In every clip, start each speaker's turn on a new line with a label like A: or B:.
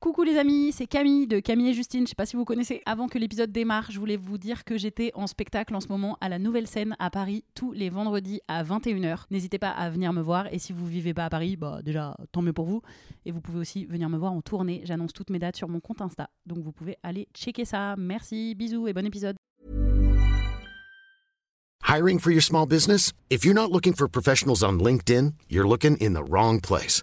A: Coucou les amis, c'est Camille de Camille et Justine. Je sais pas si vous connaissez. Avant que l'épisode démarre, je voulais vous dire que j'étais en spectacle en ce moment à la Nouvelle Scène à Paris tous les vendredis à 21h. N'hésitez pas à venir me voir et si vous vivez pas à Paris, bah déjà tant mieux pour vous. Et vous pouvez aussi venir me voir en tournée. J'annonce toutes mes dates sur mon compte Insta, donc vous pouvez aller checker ça. Merci, bisous et bon épisode.
B: Hiring for your small business? If you're not looking for professionals on LinkedIn, you're looking in the wrong place.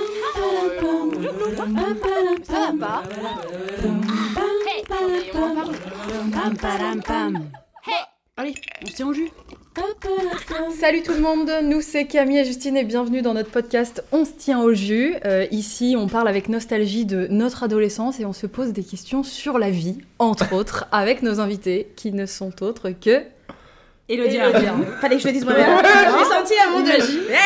C: Ça va pas
A: Allez, on se tient au jus.
C: Salut tout le monde, nous c'est Camille et Justine et bienvenue dans notre podcast On se tient au jus. Euh, ici on parle avec nostalgie de notre adolescence et on se pose des questions sur la vie, entre autres, avec nos invités qui ne sont autres que...
D: Fallait que je le dise moi-même. je l'ai senti à mon dieu.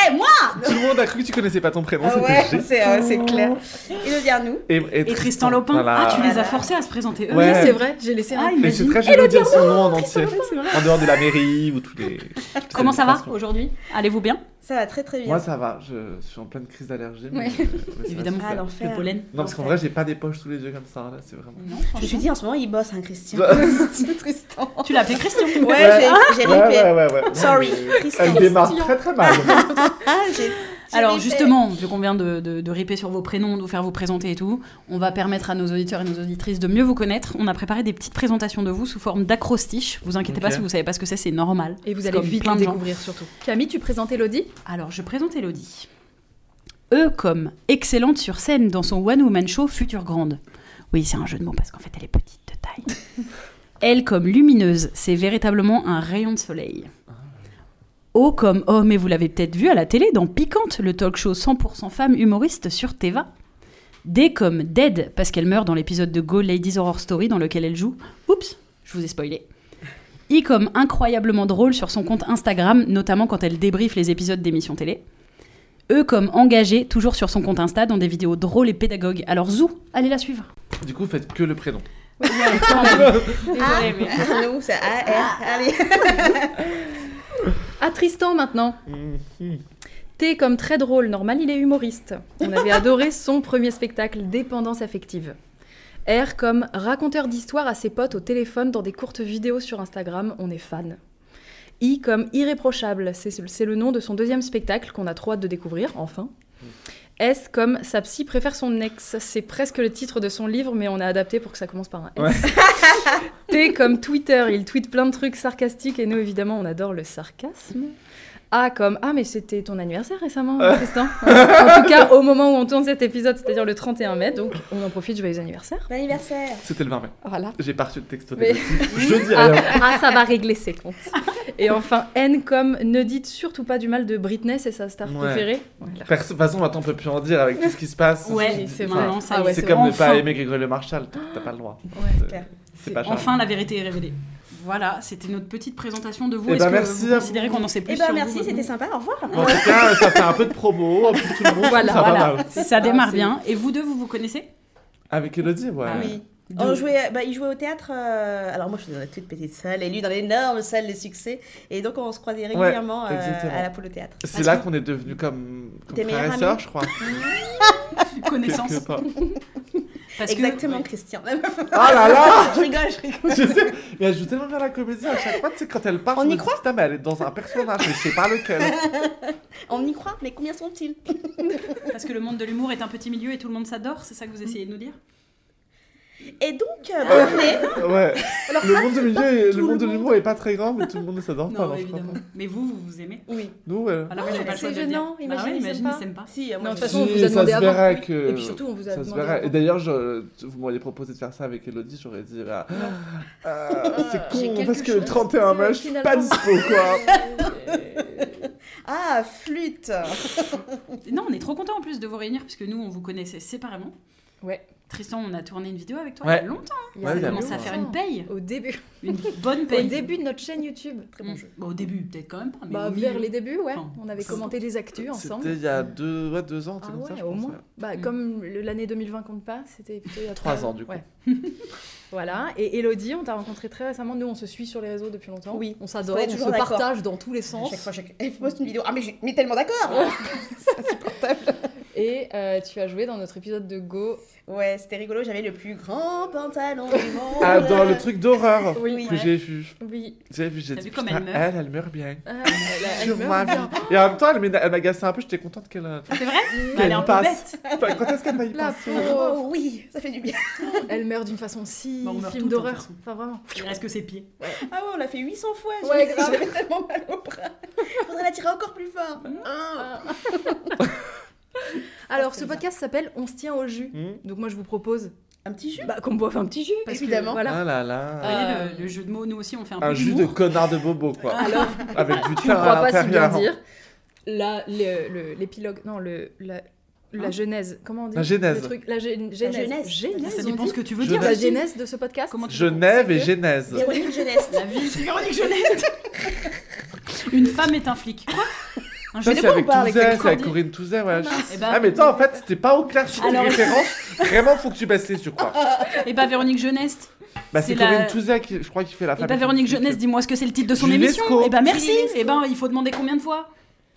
D: Eh, moi
E: Tout le monde a cru que tu connaissais pas ton prénom, c'était
D: Ah Ouais,
E: G.
D: c'est euh, c'est clair. Elodie Arnoux.
E: Et,
A: Et Tristan Lopin,
E: voilà.
A: ah tu les as
D: Voilà.
A: forcés à se présenter eux. Ah,
E: Ouais.
C: Oui c'est vrai, j'ai laissé un...
E: Mais c'est très joli de dire son nom en entier. En dehors de la mairie ou tous les.
A: Comment ça va
E: administrations.
A: aujourd'hui Allez-vous bien
D: Ça va très très bien.
E: Moi ça va, je suis en pleine crise d'allergie. mais,
C: Ouais.
E: euh, mais ça va
A: Évidemment.
E: super.
D: Ah,
E: Euh, non,
D: l'enfer.
A: Le pollen.
E: parce qu'en vrai, j'ai pas des poches sous les yeux comme ça, là, c'est vraiment.
D: Je me suis dit en ce moment, il bosse, hein, Christian.
E: Bah.
D: Tristan.
A: Tu l'as appelé Christian
D: Ouais, j'ai- j'ai
E: ouais,
D: ripé.
E: ouais, ouais, ouais. Non,
D: Sorry,
E: mais
D: Tristan.
E: Elle démarre très très mal.
D: Ah, j'ai- j'ai
A: Alors
D: ripé.
A: justement, vu qu'on vient de, de, de ripper sur vos prénoms, de vous faire vous présenter et tout, on va permettre à nos auditeurs et nos auditrices de mieux vous connaître. On a préparé des petites présentations de vous sous forme d'acrostiches. Vous inquiétez pas
E: Ok.
A: si vous savez pas ce que c'est, c'est normal.
C: Et vous
A: C'est
C: allez
A: comme
C: vite
A: plein
C: le
A: de gens.
C: découvrir surtout. Camille, tu présentes Elodie
A: Alors je présente Elodie. E comme excellente sur scène dans son one woman show Future Grande. Oui, c'est un jeu de mots parce qu'en fait elle est petite de taille. L comme lumineuse, c'est véritablement un rayon de soleil. O comme oh mais vous l'avez peut-être vu à la télé dans Piquante, le talk show 100% femmes humoristes sur Teva. D comme dead parce qu'elle meurt dans l'épisode de Go Ladies Horror Story dans lequel elle joue. Oups, je vous ai spoilé. I comme incroyablement drôle sur son compte Instagram, notamment quand elle débriefe les épisodes d'émissions télé. E comme engagée, toujours sur son compte Insta, dans des vidéos drôles et pédagogues. Alors Zou, allez la suivre.
E: Du coup, faites que le prénom.
D: Ah, Arnoux, c'est A, R, allez.
C: À Tristan maintenant.
D: Mm.
E: Mhm.
C: T comme très drôle, normal, il est humoriste. On avait adoré son premier spectacle, Dépendance affective. R comme raconteur d'histoires à ses potes au téléphone dans des courtes vidéos sur Instagram, on est fan. I comme irréprochable, c'est c'est le nom de son deuxième spectacle qu'on a trop hâte de découvrir, enfin. S comme sa psy préfère son ex, c'est presque le titre de son livre mais on a adapté pour que ça commence par un S. T comme Twitter, il tweet plein de trucs sarcastiques et nous évidemment on adore le sarcasme. A comme ah mais c'était ton anniversaire récemment
E: Euh.
C: Tristan. en tout cas au moment où on tourne cet épisode, c'est-à-dire le 31 mai, donc on en profite joyeux anniversaire.
D: Bon anniversaire.
E: C'était le 20 mai.
C: Voilà.
E: J'ai pas reçu de texto
C: Mais-
E: négatif. Je dis
C: Ah,
E: rien.
C: ah, ça va régler ses comptes. Et enfin N comme ne dites surtout pas du mal de Britney, c'est sa star
E: Ouais.
C: préférée. Voilà.
E: Perso- De toute façon, maintenant, on peut plus en dire avec tout ce qui se passe.
A: Ouais,
C: c'est
E: Enfin,
C: vrai.
A: vraiment ça.
C: Ah
A: y est,
C: ouais,
E: C'est
C: c'est
E: comme ne pas
A: enfin-
E: aimer Grégory le Marshall, t'as pas le droit.
D: Ouais, clair.
E: C'est pas charmant.
A: Enfin, la vérité est révélée. Voilà, c'était notre petite présentation de vous.
E: Eh
A: Est-ce
E: ben,
A: que
E: merci
A: vous
E: à
A: considérez qu'on en sait plus
D: Eh ben
A: sur
D: merci,
A: vous
D: c'était sympa, au revoir.
E: Bon, en tout cas, ça fait un peu de promo pour tout le monde.
C: Voilà,
E: ça va
A: Voilà,
E: mal.
A: ça démarre
C: Ah, c'est-
A: bien. Et vous deux, vous vous connaissez
E: Avec Elodie, ouais.
D: Ah Oui.
A: D'où
D: On jouait, bah, il jouait au théâtre. euh, Alors moi, je suis dans la toute petite salle et lui dans l'énorme salle de succès. Et donc, on se croisait régulièrement euh,
E: exactement.
D: à la poule au théâtre.
E: C'est
A: Parce
E: là
A: que-
E: qu'on est devenus comme, comme
D: Tes Mhm.
E: frères
D: meilleurs
E: et sœurs,
D: amis.
E: je crois.
A: Connaissance.
E: Quelque part.
A: Parce que-
D: Exactement, Christian.
E: Ah là là
D: je rigole, je rigole.
E: Je sais, mais elle joue tellement bien la comédie à chaque fois, tu sais, quand elle part,
D: On
E: je
D: y
E: me dis, Putain, mais elle est dans un personnage, mais je sais pas lequel.
D: On y croit, mais combien sont-ils
A: Parce que le monde de l'humour est un petit milieu et tout le monde s'adore, c'est ça que vous essayez de nous dire
D: Et donc, euh, Britney,
E: Ouais. le monde de milieu,
D: tout
E: le monde
D: le
E: de
D: monde.
E: l'humour est pas très grand, mais tout le monde ne s'adore pas. alors je crois
A: évidemment. Mais vous, vous vous aimez Ah,
D: oui.
E: pas. Nous, ouais.
A: Alors,
C: Ouais,
A: j'ai pas le
C: c'est
A: choix de le
C: gênant,
A: dire. Bah
C: imagine,
A: ouais,
C: ils
A: imagine,
C: s'aiment
A: ils
C: pas.
A: s'aiment pas.
D: Si, euh,
C: Non,
D: moi,
C: de
D: je-
C: toute façon, on
E: Si,
C: vous a demandé
E: ça se
C: avant.
E: verrait
C: Oui.
E: que-
C: Et puis surtout, on vous a
E: Ça se
C: demandé
E: verrait.
C: avant.
E: Et d'ailleurs, je- tu- vous m'auriez proposé de faire ça avec Elodie, j'aurais dit, ah, euh, c'est
C: J'ai
E: con,
C: quelque
E: parce que
C: chose
E: le 31
C: à
E: mai,
C: dire,
E: je suis pas dispo, quoi.
A: Euh,
D: Ah, flûte
A: Non, on est trop content en plus de vous réunir puisque nous, on vous connaissait séparément.
C: Ouais.
A: Tristan, on a tourné une vidéo avec toi
E: Ouais. Ah
A: il y a longtemps.
C: Il
E: Ouais,
A: on
E: il y a
A: commence
E: longtemps.
A: à faire une paye.
C: Au début,
A: Une bonne
C: Ah, au
A: paye.
C: début de notre chaîne YouTube.
A: Mm. Bah, au début, peut-être quand même pas. Mais
C: Bah,
A: au milieu.
C: vers les débuts, ouais.
A: Enfin,
C: on avait
A: c'est-
C: commenté les actus ensemble.
E: C'était il y a deux, ouais, deux ans, un truc
C: Ah
E: comme
C: ouais,
E: ça, je
C: au
E: pense,
C: moins.
E: ouais.
C: Bah,
A: Mm.
C: Comme le- l'année 2020 compte pas, c'était plutôt il y a
E: Trois
C: trois
E: ans, du coup.
C: Ouais. voilà. Et Elodie, on t'a rencontré très récemment. Nous, on se suit sur les réseaux depuis longtemps.
D: Oui.
C: On s'adore,
D: On est
C: on,
D: toujours
C: se
D: d'accord.
C: partage dans tous les
D: À
C: sens.
D: chaque fois, chaque... elle poste une vidéo. Ah, mais je suis mais tellement d'accord C'est insupportable.
C: Et euh, tu as joué dans notre épisode de Go.
D: Ouais, c'était rigolo, j'avais le plus grand pantalon du monde.
E: Ah, dans le truc d'horreur
D: Oui.
E: que j'ai vu.
C: Oui.
E: J'ai vu, j'ai
A: T'as
E: dit,
A: vu comme
E: putain,
A: elle meurt
E: elle, elle meurt bien.
C: Ah, elle, elle
E: Sur
C: meurt
E: ma
C: bien.
E: vie. Et en même temps, elle m'éna- elle m'agaçait un peu, j'étais contente qu'elle. euh,
A: C'est vrai
E: qu'elle
A: Elle est un peu
E: passe.
A: bête.
E: Enfin, Quand est-ce qu'elle va y
C: La
E: passer
C: pauvre.
D: Oh oui, ça fait du bien.
C: Elle meurt d'une façon si
A: Bah, on meurt
C: film
A: toutes, de toute
C: d'horreur.
A: façon.
C: Enfin vraiment.
A: Il reste que ses pieds.
D: Ah ouais, on l'a fait 800 fois. j'ai-
C: Ouais, grave.
D: J'avais tellement mal au bras. Faudrait la tirer encore plus fort. Ah.
C: Alors
D: que
C: ce
D: c'est bizarre.
C: podcast s'appelle On se tient au jus.
E: Hmm
C: Donc moi je vous propose
D: Un petit jus
C: bah, qu'on boive un petit jus.
D: Parce que-
C: voilà.
E: Ah là là.
A: Vous
C: Euh,
A: voyez, le, le jeu de mots, nous aussi, on fait un,
E: Un
A: peu
E: jus de
A: d'humour.
E: connard de bobo, quoi.
C: Alors
E: Avec du
C: tu ne
E: terrain à
C: crois pas si bien
E: l'intérieur.
C: dire. Là le- le- l'épilogue, non le la, la
A: Hein
C: genèse. Comment on dit
E: La genèse.
C: Le truc, la gé-
D: genèse.
C: genèse.
A: Ça
C: Genèse. on
A: dépend
C: dit
A: ce que tu veux
E: Je
A: dire.
C: la
E: Genèse.
C: genèse de ce podcast.
A: Comment tu-
E: Genève et
C: C'est que-
E: Genèse.
D: Véronique Jeunesse.
A: La vie de Véronique Jeunesse. Une femme est un flic. Quoi Un
E: Ça,
A: jeu
E: c'est
A: de mots
E: avec
A: on parle,
E: Touzet, c'est avec
A: Cordy.
E: Corinne Touzet, ouais.
A: Eh ben-
E: Ah, mais toi, en fait, c'était pas au clair sur tes
A: Alors-
E: références. Vraiment, faut que tu baisses les yeux, quoi.
A: Et bah Véronique Jeunesse.
E: Bah, c'est
A: C'est la-
E: Corinne Touzet, qui, je crois, qui fait la
A: Et
E: femme.
A: bah Véronique Jeunesse, dis-moi ce que c'est le titre de son
E: Julie
A: émission.
E: Lescaut.
A: Et bah merci.
D: Julie Lescaut.
A: Et ben il faut demander combien de fois.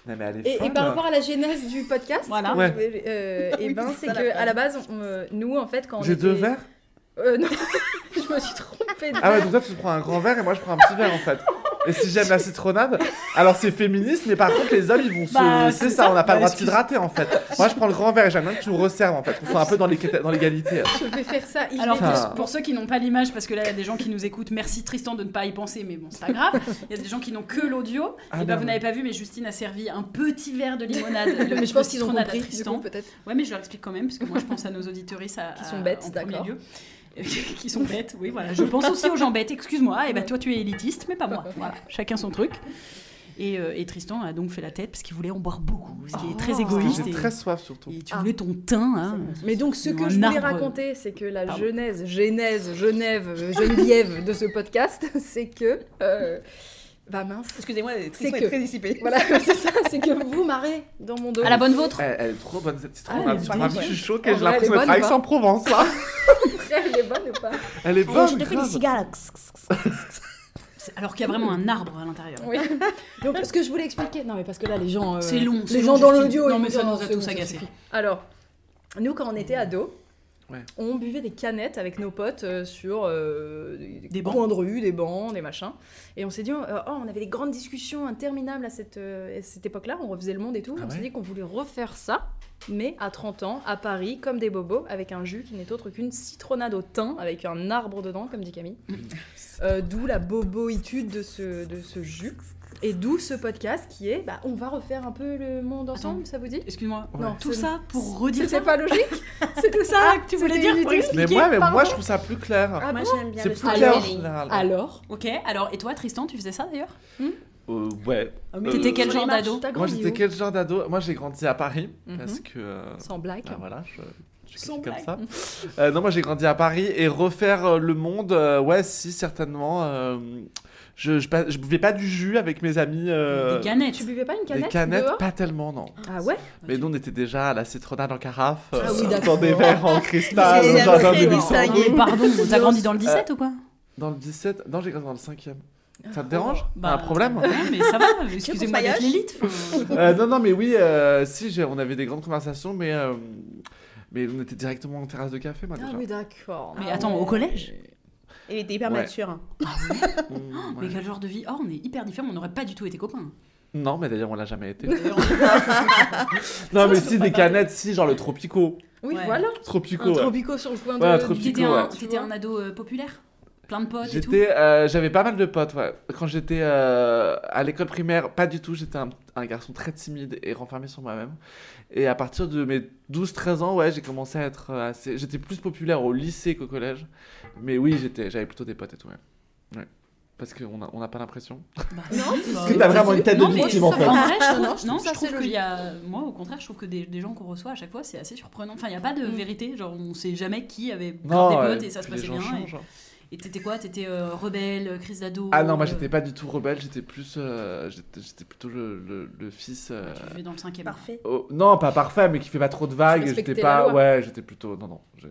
E: Non, mais elle est
C: Et, et
E: folle.
C: par rapport à la genèse du podcast,
A: Voilà.
C: comme
E: Ouais.
C: je voulais- euh,
D: Oui,
C: et ben
D: c'est
C: c'est
D: ça, la
C: que
D: phrase.
C: à la base, on, euh, nous en fait quand on
E: J'ai deux
C: était-
E: verres
C: Euh, non, je me suis trompée. de
E: Ah ouais,
C: verre.
E: donc toi tu prends un grand verre et moi je prends un petit verre en fait. Et si j'aime la citronnade, alors c'est féministe, mais par contre les hommes ils vont se.
A: Bah,
E: c'est
A: c'est
E: ça, on n'a pas le
A: Bah,
E: droit de s'hydrater en fait. Moi je prends le grand verre et j'aime bien que tu me resserves en fait, qu'on soit un peu dans l'équité- dans l'égalité. hein.
C: je vais faire ça. Il
A: Alors
C: est-
E: Ah.
A: pour, pour ceux qui n'ont pas l'image, parce que là il y a des gens qui nous écoutent, merci Tristan de ne pas y penser, mais bon c'est pas grave. Il y a des gens qui n'ont que l'audio.
E: Ah
A: et bah
C: ben
E: non.
A: vous n'avez pas vu, mais Justine a servi un petit verre de limonade. de-
C: mais je
A: de
C: pense qu'ils ont
A: citronnade à
C: compris. Du
A: Tristan.
C: coup, peut-être.
A: Ouais, mais je leur explique quand même, parce que moi je pense à nos auditoristes à-
C: Qui
A: à-
C: sont bêtes,
A: en premier
C: d'accord.
A: lieu. qui sont bêtes, oui, voilà. Je pense aussi aux gens bêtes, excuse-moi. Et ben toi, tu es élitiste, mais pas moi. Voilà, chacun son truc. Et, euh, et Tristan a donc fait la tête parce qu'il voulait en boire beaucoup, ce qui est très
C: Oh.
A: égoïste.
E: J'ai
A: Et,
E: très soif surtout.
A: et tu
C: Ah.
A: voulais ton tein, hein.
C: Mais donc, ce que
A: Un
C: je voulais
A: arbre.
C: raconter, c'est que la
A: Pardon.
C: genèse, genèse, Genève, euh, Geneviève de ce podcast, c'est que. euh, bah mince.
D: Excusez-moi, Tristan
C: C'est
D: est,
C: que-
D: très dissipé.
C: Voilà, c'est ça, c'est que vous marrez dans mon dos.
A: À la bonne vôtre
E: Eh, Elle, elle est trop bonne cette
A: Ah,
E: citronnade.
A: elle est
E: Tu m'as
A: bonne,
E: mis,
A: ouais.
E: je suis
C: En
E: choquée, j'ai
C: vrai, elle est
E: l'impression d'être
C: bonne ou
E: avec
C: pas
E: son Provence là.
C: Elle est bonne ou pas
E: Elle est bonne, grave.
D: cigares là.
A: C'est- Alors qu'il y a vraiment un arbre à l'intérieur.
C: Oui. Donc, ce que je voulais expliquer. Non, mais parce que là, les gens. euh,
A: C'est long, c'est
C: Les
A: long,
C: gens dans
A: Justine.
C: l'audio.
A: Non,
C: ils
A: mais
C: disent, oh,
A: ça nous a
C: c'est
A: tous
C: bon, ça
A: agacés.
C: suffit. Alors, nous, quand on était ados,
E: Ouais.
C: on buvait des canettes avec nos potes euh, sur euh,
A: Des bancs.
C: coins de rue, des bancs, des machins. Et on s'est dit, euh, oh, on avait des grandes discussions interminables à cette, euh, à cette époque-là. On refaisait le monde et tout.
E: Ah
C: on s'est
E: ouais
C: dit qu'on voulait refaire ça, mais à 30 ans, à Paris, comme des bobos, avec un jus qui n'est autre qu'une citronnade au thym, avec un arbre dedans, comme dit Camille. Euh, d'où la boboitude de ce, de ce jus. Et d'où ce podcast qui est, bah, on va refaire un peu le monde ensemble, ça vous dit
A: Excuse-moi.
E: Ouais.
A: Non, tout
C: c'est-
A: ça pour redire ça.
C: C'était pas logique C'était ça
A: Ah, que tu voulais
C: C'était
A: dire pour
C: inutile
E: Mais
A: expliquer.
E: moi, mais moi
C: pardon.
E: je trouve ça plus clair.
C: Ah
D: Moi,
C: bon
D: j'aime bien
E: C'est
D: le
E: plus
D: storytelling.
E: clair en
C: Alors-
E: général.
C: Alors
A: Ok, alors, et toi, Tristan, tu faisais ça d'ailleurs
E: Euh, ouais. Euh,
A: Ah, T'étais quel genre d'ado
C: T'as
E: Moi
C: grandi
E: j'étais
C: où
E: quel genre d'ado Moi j'ai grandi à Paris
C: Mhm.
E: parce que. euh,
C: Sans blague.
E: Ah, voilà, je, je suis
A: Sans
E: quelqu'un comme ça. Euh, non, moi j'ai grandi à Paris et refaire euh, le monde, euh, ouais, si, certainement. euh, je, je, pas- je buvais pas du jus avec mes amis. euh,
A: Des canettes.
C: Tu buvais pas une
E: des
C: canette
E: canettes,
C: dehors
E: pas tellement, non.
C: Ah ouais
E: Mais nous on était déjà à la citronnade en carafe, euh,
C: Ah oui,
E: dans
C: d'accord.
E: des verres en cristal,
D: C'est
E: dans un
D: après,
E: mini-
D: distinct.
A: Non, mais pardon, t'as grandi dans le 17 ou quoi
E: Dans le 17, non, j'ai grandi dans le 5 e
C: Ah,
E: Ça te dérange
C: oh,
A: Bah,
E: T'as Un problème
A: Ouais, mais ça va, excusez-moi
D: qu'on
A: d'être
D: failloche
A: l'élite. enfin.
E: Euh, non, non, mais oui, euh, si, j'ai- on avait des grandes conversations, mais, euh, mais on était directement en terrasse de café, moi,
C: Ah
E: déjà.
C: oui, d'accord.
A: Mais
C: Ah
A: attends,
C: ouais.
A: au collège
D: Il était hyper
E: Ouais.
D: mature. hein.
C: Ah
E: Mm, ouais.
A: Ah Mais quel genre de vie Oh, on est hyper différents, on n'aurait pas du tout été copains.
E: Non, mais d'ailleurs, on l'a jamais été.
A: D'ailleurs,
E: Non, mais si, des canettes, si, genre le Tropico.
C: Oui,
A: Ouais.
C: voilà.
E: Tropico,
C: Un
E: ouais.
C: tropico sur le coin de...
E: Ouais, un tropico,
A: T'étais
E: ouais.
A: un,
C: Tu
A: t'étais
C: vois.
A: un ado euh, populaire Plein de potes et tout
E: J'étais, euh, j'avais pas mal de potes, ouais. Quand j'étais euh, à l'école primaire, pas du tout, j'étais un, un garçon très timide et renfermé sur moi-même. Et à partir de mes 12-13 ans, ouais, j'ai commencé à être euh, assez... J'étais plus populaire au lycée qu'au collège. Mais oui, j'étais, j'avais plutôt des potes et tout, ouais. Parce qu'on n'a on n'a pas l'impression.
A: Bah,
F: Non,
G: Est-ce que t'as vraiment une tête de
A: Non, mais
G: victime en
A: en
G: fait
C: ça va.
A: vrai, je trouve,
C: Non, Ah, je trouve
A: non,
C: ça,
A: je trouve
C: c'est
A: qu'il y a. Moi, au contraire, je trouve que des, des gens qu'on reçoit à chaque fois, c'est assez surprenant. Enfin, il n'y a pas de
C: Mm.
A: vérité. Genre, on sait jamais qui avait grave
E: Non,
A: des
E: euh,
A: potes et ça se
E: les
A: passait
E: gens
A: bien.
E: changent,
A: et-
E: hein.
A: Et t'étais quoi T'étais euh, rebelle, crise d'ado
E: Ah non, moi
A: euh,
E: j'étais pas du tout rebelle, j'étais plus. euh, j'étais j'étais plutôt le, le- le fils. euh,
A: Tu vivais dans le cinquième.
D: Parfait.
E: oh, non, pas parfait, mais qui fait pas trop de vagues.
C: Tu respectais
E: J'étais
C: la
E: pas.
C: loi.
E: Ouais, j'étais plutôt. Non, non. j'ai-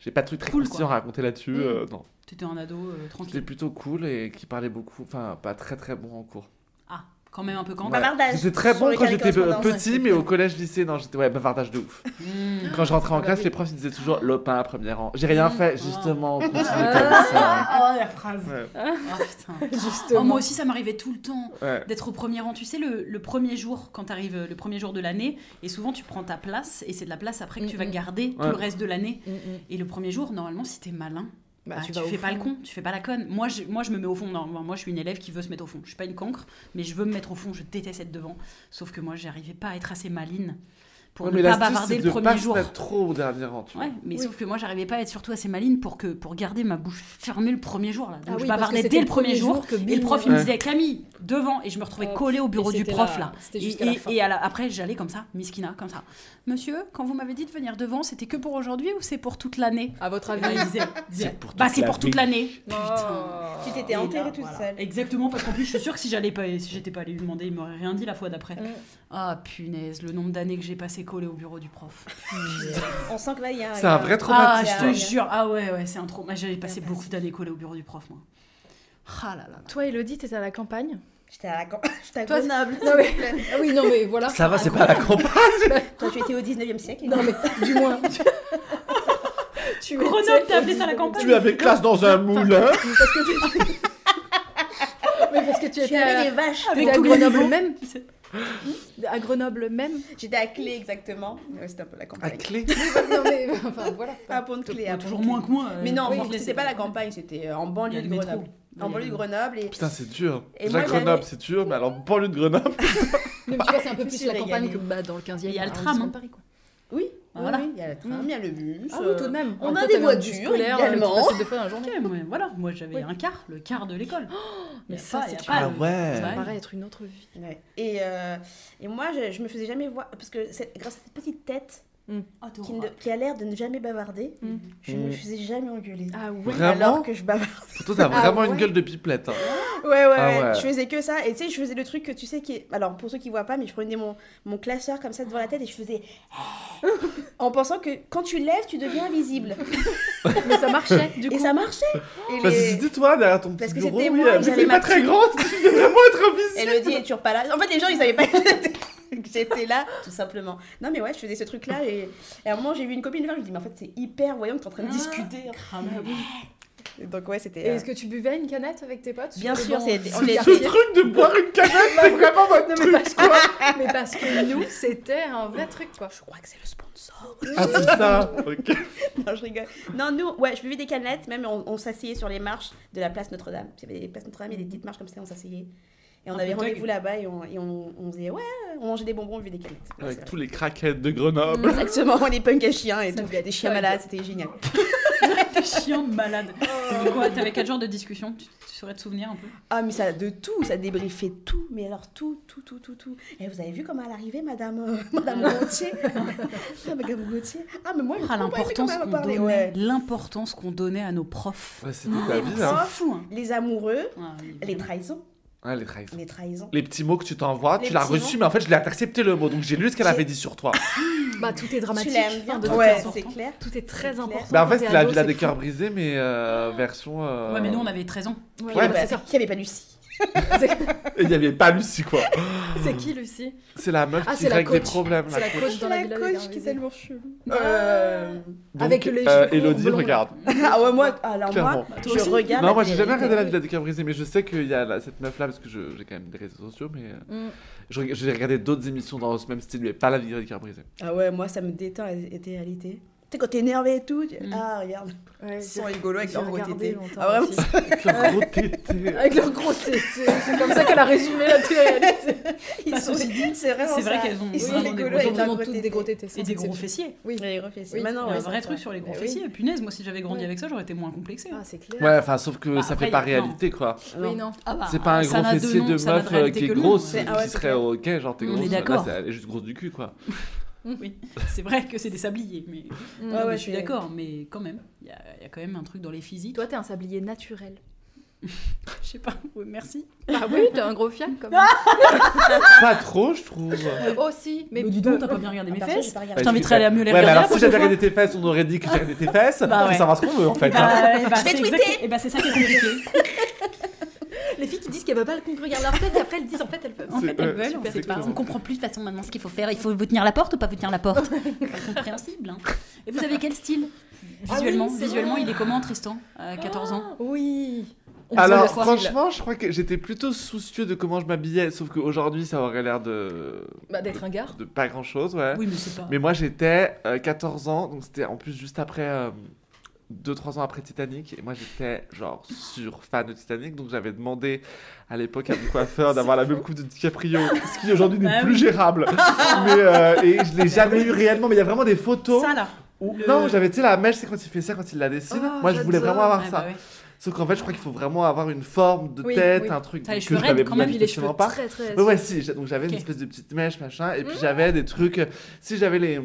E: J'ai pas de truc très
A: Cool,
E: conscient à raconter là-dessus.
C: Mm.
E: euh, non.
A: T'étais un ado euh,
E: J'étais
A: tranquille.
E: plutôt cool et qui parlait beaucoup. Enfin, pas très très bon en cours.
A: Ah, quand même un peu quand.
E: Ouais.
D: Bavardage.
E: J'étais très
D: Sur
E: bon
D: les
E: quand
D: carnets
E: j'étais
D: correspondants,
E: petit,
D: ouais.
E: mais au collège, lycée, non, j'étais. Ouais, bavardage de ouf.
A: Mm.
E: Quand je rentrais en
C: Ah bah
E: classe,
C: oui.
E: les profs ils disaient toujours Lopin, premier rang. J'ai rien
A: Mm.
E: fait,
A: Ah.
E: justement, continue comme ça.
G: Ah, la phrase
E: Ouais,
A: Ah, putain.
F: Justement.
A: Oh, moi aussi, ça m'arrivait tout le temps
E: ouais.
A: d'être au premier rang. Tu sais, le, le premier jour, quand t'arrives euh, le premier jour de l'année, et souvent tu prends ta place, et c'est de la place après que tu vas
C: Mm, mm.
A: garder tout
E: Ouais.
A: le reste de l'année.
C: Mm, mm.
A: Et le premier jour, normalement, si t'es malin,
C: Bah,
A: bah, tu,
C: tu vas au
A: fais pas
C: fond.
A: le con, tu fais pas la conne. Moi, je, moi, je me mets au fond. Non, moi, je suis une élève qui veut se mettre au fond. Je suis pas une cancre, mais je veux me mettre au fond. Je déteste être devant. Sauf que moi, j'arrivais pas à être assez maline pour
E: Ouais,
A: ne
E: mais
A: pas
E: l'astuce,
A: bavarder
E: c'est
A: le
E: de pas
A: premier
E: se
A: jour.
E: mettre trop au dernier rang, tu vois.
A: Ouais, mais sauf que moi, j'arrivais pas à être surtout assez maline pour que pour garder ma bouche fermée le premier jour là. Donc,
C: Ah
A: je
C: oui, parce que
A: bavardais
C: c'était
A: dès le premier jour.
C: que
A: Et
C: Bill-
A: le prof, il me
E: Ouais.
A: disait Camille, devant, et je me retrouvais
C: Hop,
A: collée au bureau
C: et
A: du
C: c'était
A: prof
C: la-
A: là.
C: c'était
A: Et,
C: jusqu'à la
A: et-
C: fin.
A: et à la- après, j'allais comme ça, Miskina, comme ça. Monsieur, quand vous m'avez dit de venir devant, c'était que pour aujourd'hui ou c'est pour toute l'année
C: À votre
A: Et là,
C: avis
A: il disait, il disait,
E: C'est pour
A: Bah,
E: toute
A: c'est
E: la
A: pour toute
E: vie. Oh.
A: l'année.
C: Oh.
D: Tu t'étais
A: Et
D: enterrée
A: là,
D: toute
A: voilà.
D: seule.
A: Exactement, parce qu'en plus, je suis sûre que si j'allais pas, si j'étais pas allée lui demander, il m'aurait rien dit la fois d'après.
C: Mm.
A: Ah punaise, le nombre d'années que j'ai passé collé au bureau du prof.
D: On sent que là, il y a
E: C'est un vrai
A: Ah,
E: traumatisme.
A: je te
D: traumatisme.
A: jure, ah ouais, ouais, c'est un trauma. J'avais passé
D: Bien
A: beaucoup
D: passé.
A: d'années collé au bureau du prof, moi. Ah là là. là.
C: Toi, Elodie, t'étais à la campagne
D: J'étais à la con- j'étais à
C: Toi,
D: Grenoble.
C: Non, mais- Ah oui, non, mais voilà.
G: Ça va, c'est pas la campagne
D: Toi, tu étais au 19e siècle.
C: Non, mais du moins. tu
A: Grenoble, t'as appelé ça la campagne Bah,
G: Tu avais classe dans un moulin
C: Parce que tu... mais parce que tu
D: Je suis
C: étais
D: allée
C: à, Ah,
D: les vaches.
C: t'étais à
A: tous les
C: Grenoble
A: niveaux.
C: même. Hmm À Grenoble même.
D: J'étais à Clé, exactement. Ouais, C'était un peu la
E: À
D: campagne.
E: clé
C: non, mais enfin, voilà.
D: À Pont-de-Clé.
A: Bah,
D: à
A: Toujours
D: Pont-de-Clé.
A: moins que moi. euh,
D: Mais non,
A: oui,
D: bon,
A: je laissais
D: c'était pas la campagne, c'était euh, en
A: Il y
D: banlieue
A: a
D: de
A: le métro.
D: Grenoble.
A: Il y a
D: En
A: le-
D: banlieue de Grenoble. Et
E: Putain, c'est dur.
D: Et
E: Déjà,
D: moi,
E: Grenoble,
D: j'avais-
E: c'est dur, mais alors banlieue de Grenoble.
C: Mais tu vois, c'est un peu
D: Je
C: plus
D: suis
C: la campagne
D: régalée.
C: que bah, dans le 15e.
A: Il y a le
C: arrondissement
A: tram, hein.
C: de Paris, quoi.
D: Oui,
A: Voilà.
D: voilà. Il y a le train, il y a le bus. euh,
C: Ah oui, tout de même.
D: on
C: Ah,
D: a
C: toi,
D: des
C: t'avais un bus
D: voitures
C: scolaire, euh, qui
D: également.
C: passait deux fois dans la journée.
A: Ok, mais voilà, moi j'avais un quart, le quart de l'école.
D: Oh,
C: mais
A: Y a
C: ça,
A: pas-
C: c'est
A: y a
C: tu-
A: pas
E: Ah
A: le-
E: ouais.
A: bah,
C: Ça paraît être une autre vie.
D: Ouais. Et, euh, et moi, je, je me faisais jamais voir, parce que cette- grâce à cette petite tête
A: ah, t'es
D: qui,
A: horrible.
D: ne- qui a l'air de ne jamais bavarder,
C: Mm.
D: je me
E: Mm.
D: faisais jamais engueuler.
C: Ah ouais.
E: Vraiment
D: Alors que je bavarde.
E: Toi, t'as
C: Ah
E: vraiment
C: ouais.
E: une gueule de pipelette. hein.
D: Ouais, ouais, ouais,
E: Ah ouais.
D: Je faisais que ça. Et tu sais, je faisais le truc que tu sais qui est. Alors, pour ceux qui voient pas, mais je prenais mon, mon classeur comme ça devant la tête et je faisais. en pensant que quand tu lèves, tu deviens invisible.
C: Mais ça marchait, du coup.
D: Et ça marchait. Et
E: Parce que
D: les-
E: si dis-toi, derrière ton petit
D: Parce Bah, que
E: bureau,
D: c'était
E: oui,
D: moi,
E: euh,
D: ils
E: vu que
D: avaient
E: t'es
D: ma
E: pas très grande, tu devais vraiment être invisible.
D: Elodie est toujours pas là. En fait, les gens, ils savaient pas que j'étais- que j'étais là, tout simplement. Non, mais ouais, je faisais ce truc-là. Et... et à un moment, j'ai vu une copine le faire. Je me dis, mais en fait, c'est hyper voyant que t'es en train de
A: Ah,
D: discuter.
A: cramé.
D: Et donc, ouais,
C: Et
D: c'était. euh,
C: est-ce que tu buvais une canette avec tes potes Eh ben,
D: Bien
C: Sur-
D: sûr,
C: dans-
D: c'est-
C: sous
D: on
C: le
D: les-
E: Ce
C: quartier
E: truc de boire une canette, c'est vraiment votre
C: mais
E: truc.
C: parce, que, mais parce que nous, c'était un vrai truc, quoi.
D: Je crois que c'est le sponsor.
E: Ah, c'est ça. Ok.
D: non, je rigole. Non, nous, ouais, je buvais des canettes. Même, on, on s'asseyait sur les marches de la place Notre-Dame. Il y avait des places Notre-Dame, il y a des petites marches comme ça, on s'asseyait. Et on
A: Un
D: avait
A: hot dog.
D: rendez-vous là-bas et, on, et on, on faisait, ouais, on mangeait des bonbons, on buvait des canettes. Ouais, c'est
E: Avec
D: vrai.
E: tous les craquettes de Grenoble.
D: Exactement, on est punk à chiens et
C: Ça
D: tout.
C: devait être
D: Des chiens
C: dingue.
D: malades, c'était génial.
A: Des chiens malades.
D: Oh.
A: T'avais quoi T'avais quel genre de discussion tu, tu saurais te souvenir un peu
D: Ah, mais ça, de tout, ça débriefait tout, mais alors tout, tout, tout, tout, tout. Et vous avez vu comment elle arrivait, madame, euh, madame Gauthier Ah, madame Gauthier. Ah, mais moi, je
A: Ah,
D: comprends pas
A: l'importance
D: comment elle
A: qu'on
D: parlait.
A: donnait,
D: Ouais.
A: l'importance qu'on donnait à nos profs.
E: Ouais, c'était ta vie,
A: C'est
E: hein.
A: fou, hein.
D: Les amoureux,
A: Ah, oui,
D: les
A: vraiment.
D: trahisons,
E: Ah, les trahisons.
D: les trahisons.
E: Les petits mots que tu t'envoies,
D: Les
E: tu l'as
D: petits
E: reçu,
D: mots.
E: mais en fait, je l'ai accepté le mot, donc j'ai lu ce qu'elle
D: J'ai-
E: avait dit sur toi.
C: Bah, tout est dramatique.
D: Tu l'aimes bien,
C: Enfin, de
D: toi
C: toute
D: Ouais,
C: façon.
D: c'est clair.
C: Tout est très
D: C'est
C: important.
E: Bah, en
C: quand
E: fait,
C: t'es
E: c'était la
C: ado,
E: Villa
C: c'est
E: des
C: fou.
E: cœurs brisés, mais euh, version. euh,
A: Ouais, mais nous on avait 13 ans.
C: Ouais,
E: Ouais,
C: bah,
D: bah,
C: c'est ça.
D: Il n'y avait pas Lucie.
E: Et il n'y avait pas Lucie, quoi.
C: C'est qui, Lucie
E: C'est la meuf
C: Ah,
E: qui
C: c'est la
E: règle les
C: coach.
E: problèmes.
C: C'est la coach dans la Villa des Grands Brisés.
D: chelou.
C: Avec les
E: euh,
C: cheveux
E: Elodie,
C: blonds.
E: regarde.
D: Euh, Ah ouais, moi, alors
E: Clairement.
C: Bah,
D: moi,
A: Toi
D: je
A: aussi
D: regarde.
E: non,
D: la
E: moi j'ai jamais
D: télé-réalité.
E: regardé la Villa des Cœurs Brisés, mais je sais qu'il y a là, cette meuf là, parce que je- j'ai quand même des réseaux sociaux, mais euh,
C: Mm.
E: je reg- j'ai regardé d'autres émissions dans ce même style, mais pas la Villa des Cœurs Brisés.
D: Ah ouais, moi, ça me détend, la télé-réalité. sais, quand t'es énervé et tout, tu-
A: Mm.
D: ah, regarde.
C: Ouais,
D: Ils
C: j'ai-
D: sont rigolos avec
C: j'ai
D: leur gros
C: regardé
D: tété.
C: longtemps
D: Ah, vraiment,
C: aussi.
E: Le gros tété.
C: Avec leur gros tété. C'est comme ça qu'elle a résumé la télé-réalité.
D: ils sont c'est vraiment
A: c'est vrai
D: ça.
A: qu'elles ont
D: Ils sont
A: vraiment des
D: rigolos
A: gros-
D: avec
A: ont
D: leur
C: vraiment
D: gros
C: toutes
D: tété.
C: des gros tétés. sans
A: Et des gros
C: exception.
A: fessiers.
C: Oui.
D: Les gros fessiers.
C: Oui.
D: Maintenant,
A: Il y a
D: ouais, Eh
A: un
D: ça,
A: vrai
D: ça.
A: truc sur les gros
C: Mais oui.
A: fessiers. Punaise, moi si j'avais grandi
C: Ouais.
A: avec ça, j'aurais été moins hein. complexée.
C: Ah, c'est clair.
E: Ouais, enfin, sauf que
A: Bah,
E: ça
A: après,
E: fait
A: y
E: pas
A: a- non.
E: réalité, quoi.
C: Oui, non.
D: bah.
A: Ah,
E: C'est pas un gros fessier de meuf euh, qui est grosse,
D: ouais.
E: qui
D: Ah ouais, c'est
E: serait
D: clair.
E: ok, genre t'es
A: On est
E: grosse. Là,
A: d'accord.
E: c'est- elle est juste grosse du cul, quoi.
A: Oui, c'est vrai que c'est des sabliers, mais,
C: Mm.
A: Non, mais
D: Ah, ouais,
A: je suis
D: c'est-
A: d'accord, mais quand même, il y, a il y a quand même un truc dans les physiques.
C: Toi, t'es un sablier naturel.
A: Je sais pas, ouais, merci.
C: Ah oui, t'es un gros fiac quand
D: Ah.
C: même.
E: Pas trop, je trouve. Ouais,
C: Oh si, mais
A: Mais dis donc, t'as pas bien regardé mes
D: Ah, perso, j'ai
A: fesses Bah,
D: pas
A: Je
D: regardé.
A: t'inviterai à la mieux les
E: mais
A: regarder.
E: alors
A: la
E: si j'avais
A: prochaine fois.
E: regardé tes fesses, on aurait dit que j'ai regardé tes fesses.
A: Bah
E: Faut
A: ouais.
E: savoir ce qu'on veut, en fait. hein.
A: Bah, eh ben,
D: vais
A: c'est
D: tweeter.
A: exact- eh ben, c'est ça qui est compliqué.
C: les filles qui disent qu'elles veulent pas qu'on regarde leur tête, et après elles disent en fait elles peuvent.
A: En
E: C'est-
A: fait, elles
E: ouais,
A: veulent, on
E: super,
A: sait pas.
E: exactement.
A: On comprend plus de toute façon maintenant ce qu'il faut faire. Il faut vous tenir la porte ou pas vous tenir la porte Compréhensible. hein. Et vous avez quel style
C: Ah
A: Visuellement,
C: oui, c'est
A: visuellement
C: vrai.
A: il est comment Tristan à 14 ans
C: Oui. On
E: Alors
C: se voit le soir.
E: franchement, je crois que j'étais plutôt soucieux de comment je m'habillais, sauf qu'aujourd'hui ça aurait l'air de...
C: Bah, d'être un gars.
E: de pas grand-chose, ouais.
A: Oui, mais c'est pas.
E: Mais moi j'étais euh, 14 ans, donc c'était en plus juste après... 2-3 ans après Titanic, et moi j'étais genre sur fan de Titanic, donc j'avais demandé à l'époque à mon coiffeur d'avoir la même coupe de DiCaprio, ce qui aujourd'hui n'est
A: Ah
E: plus
A: oui.
E: gérable. mais, euh, et je l'ai jamais eu réellement, mais il y a vraiment des photos
A: Ça là
E: où.
A: le-
E: Non, j'avais, tu sais, la mèche, c'est quand il fait ça, quand il la dessine.
C: Oh,
E: moi je voulais
C: j'adore.
E: vraiment avoir
A: Ah,
E: ça.
A: bah ouais.
E: Sauf qu'en fait, je crois qu'il faut vraiment avoir une forme de
C: Oui,
E: tête,
C: oui.
E: un truc
A: T'as les
E: que
A: cheveux
E: je
A: raides,
E: n'avais
A: quand même,
C: Puis les cheveux
E: manifestement pas.
C: très très.
E: Ouais, ouais, si, j'a- donc j'avais
A: Ok. Mm.
E: une espèce de petite mèche, machin, et puis j'avais des trucs, tu sais, j'avais les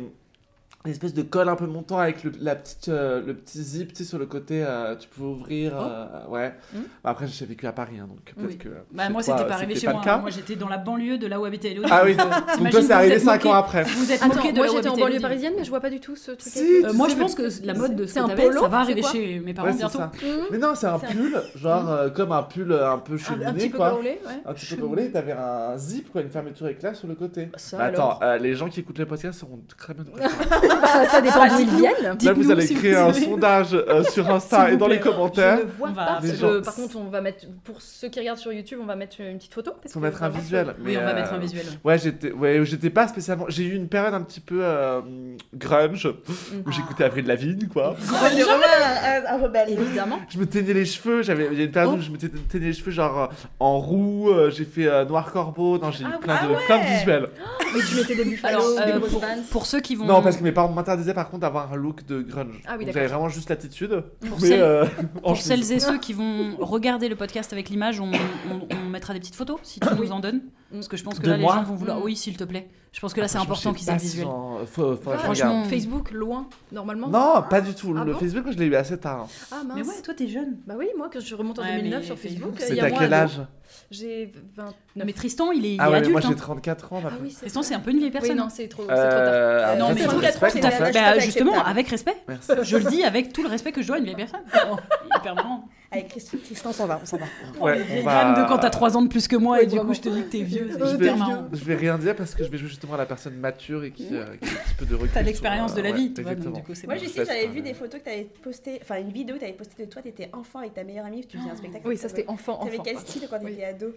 E: une espèce de colle un peu montant avec le, la petite, euh, le petit zip, tu sais, sur le côté, euh, tu pouvais ouvrir, euh, ouais.
C: Mm.
E: Bah, après, j'ai vécu à Paris, hein, donc peut-être
A: Oh. Oui.
E: que... euh,
A: Bah,
E: chez
A: moi,
E: toi,
A: c'était pas
E: euh,
A: arrivé
E: c'était
A: chez
E: pas
A: moi.
E: le cas.
A: hein. Moi, j'étais dans la banlieue de là où habitait Elodie.
E: Ah oui,
A: donc, euh,
E: donc
A: t'imagines,
E: toi,
A: vous
E: c'est arrivé
A: êtes
E: 5 ans
A: moqués-
E: après.
A: Vous êtes
C: Attends,
A: moqué de
C: moi
A: la où
C: j'étais en
A: habitait
C: banlieue
A: Elodie.
C: parisienne, mais je vois pas du tout ce truc.
E: Si,
C: avec-
E: tu
A: Euh, moi,
E: sais,
A: je pense que la mode de ce
C: C'est
A: que
C: un
A: t'avais,
C: polo,
A: ça va
C: c'est
A: arriver
C: quoi
A: chez mes parents
E: Ouais, c'est
A: bientôt. Mm.
E: ça.
C: Mmh.
E: Mais non, c'est un
C: C'est un-
E: pull, genre euh, comme un pull euh, un peu
C: Un,
E: cheminé,
C: un petit peu
E: quoi.
C: roulé, ouais.
E: Un petit peu roulé, t'avais un zip, quoi, une fermeture éclair sur le côté.
C: Ça,
E: Bah,
C: alors.
E: attends, euh, les gens qui écoutent les podcasts seront très bien
C: Bah, ça dépend d'où ils viennent.
E: Là, vous
A: Dites-nous
E: allez
A: si vous
E: créer un
A: savez.
E: sondage euh, sur Insta
A: S'il
E: et
A: vous
E: dans les
A: plaît.
E: commentaires.
C: Je ne vois
A: On va-
C: pas.
E: Les
C: parce
E: gens-
C: que, par contre, on va mettre pour ceux qui regardent sur YouTube, on va mettre une petite photo. Parce
E: Faut
C: que
E: mettre un
C: vraiment,
E: visuel.
A: Oui,
E: mais,
A: on va
E: euh,
A: mettre un visuel.
E: Ouais, j'étais, ouais, j'étais pas spécialement. J'ai eu une période un petit peu euh, grunge
A: Ah.
E: où j'écoutais Avril Lavigne, quoi.
D: Ah, j'ai vraiment un- un- un rebelle.
C: Évidemment.
E: Je me teignais les cheveux. J'avais, il y a une période
C: Oh.
E: où je me te- teignais les cheveux genre euh, en roux. euh, j'ai fait euh, noir corbeau. Non, j'ai eu
C: Ah
E: plein
D: ouais.
E: de,
D: Ah
E: plein de
D: ouais.
E: visuels.
C: Mais tu mettais des
A: Alors,
C: buffalos, des
A: euh,
C: grosses
A: pour,
C: bandes.
A: pour ceux qui vont.
E: Ah. Non, parce que mes parents m'interdisaient par contre d'avoir un look de grunge.
C: Ah oui,
E: Donc,
C: d'accord.
E: J'avais vraiment juste l'attitude,
A: Pour
E: mais
A: celles-
E: euh, en
A: Pour
E: chemise.
A: celles et ceux qui vont regarder le podcast avec l'image, on, on- on mettra des petites photos si tu nous en donnes. Parce que je pense que
E: De
A: là, les
E: moi
A: gens vont vouloir.
C: Mm.
A: Oui, s'il te plaît. Je pense que là, c'est
E: Franchement, je
A: important
E: sais
A: qu'ils
E: pas
A: aient le
E: si
A: visuel.
E: j'en- faut- faut que je
C: Voilà.
E: regarde.
A: Franchement.
C: Facebook, loin, normalement.
E: Non, pas du tout.
C: Ah
E: le
C: bon
E: Facebook, je l'ai eu assez tard.
C: Ah mince.
A: Mais ouais, toi, t'es jeune.
C: Bah oui, moi, que je remonte en
A: Ouais,
C: 2009
A: mais
C: sur
A: Facebook,
C: Facebook,
A: c'est
C: il y
E: C'est
C: a
E: à
C: moins
E: quel
C: ado.
E: âge
C: J'ai 29.
A: Non, mais Tristan, il est, il est
E: Ah ouais, mais
A: adulte.
E: moi
A: hein.
E: j'ai 34 ans. ma
C: Ah oui, c'est
A: Tristan,
C: vrai.
A: c'est un peu une vieille
C: Oui,
A: personne.
C: non, c'est trop, c'est trop tard.
E: Euh,
D: Non,
E: non,
D: mais
E: mais
D: tout à fait,
E: respect,
D: c'est
E: tout à
D: la-
E: fait.
D: Bah,
A: Bah,
D: acceptable.
A: justement, avec respect.
E: Merci.
A: Je le dis avec tout le respect que je dois à une vieille personne. Hyper marrant.
D: Avec Christ- Tristan, on s'en va, on s'en va.
E: Ouais,
A: Les
E: on va-
A: vannes de quand t'as 3 ans de plus que moi
C: Ouais,
A: et du coup,
C: vraiment.
A: je te dis que t'es vieux.
E: Je
A: C'est
E: vais,
A: hyper marrant.
E: je vais rien dire parce que je vais jouer justement à la personne mature et qui, euh, qui a un petit peu de recul.
A: T'as
E: sur,
A: l'expérience
E: euh,
A: de la
E: ouais,
A: vie, tu vois. Donc,
E: exactement.
A: du coup, c'est
D: Moi,
A: bon.
D: je sais, j'avais
E: hein,
D: vu des photos que t'avais postées, enfin une vidéo que t'avais postée de toi, t'étais enfant avec ta meilleure amie, tu
E: Ah.
D: faisais un spectacle.
C: Oui, ça c'était enfant,
D: T'avais
C: enfant.
D: quel style quand
C: Oui.
D: t'étais ado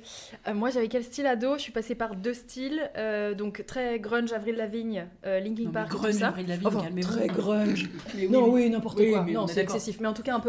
C: Euh, moi, j'avais quel style ado Je suis passée par deux styles, euh, donc très grunge, Avril Lavigne, euh, Linkin
A: Non, mais
C: Park, et tout
A: grunge,
C: ça.
A: Avril Lavigne,
C: Enfin,
A: calmez-vous.
C: très grunge.
A: Mais
C: Non,
A: oui,
C: oui, n'importe
A: Oui,
C: quoi.
A: mais on
C: Non,
A: est
C: c'est
A: d'accord.
C: excessif, mais en tout cas un peu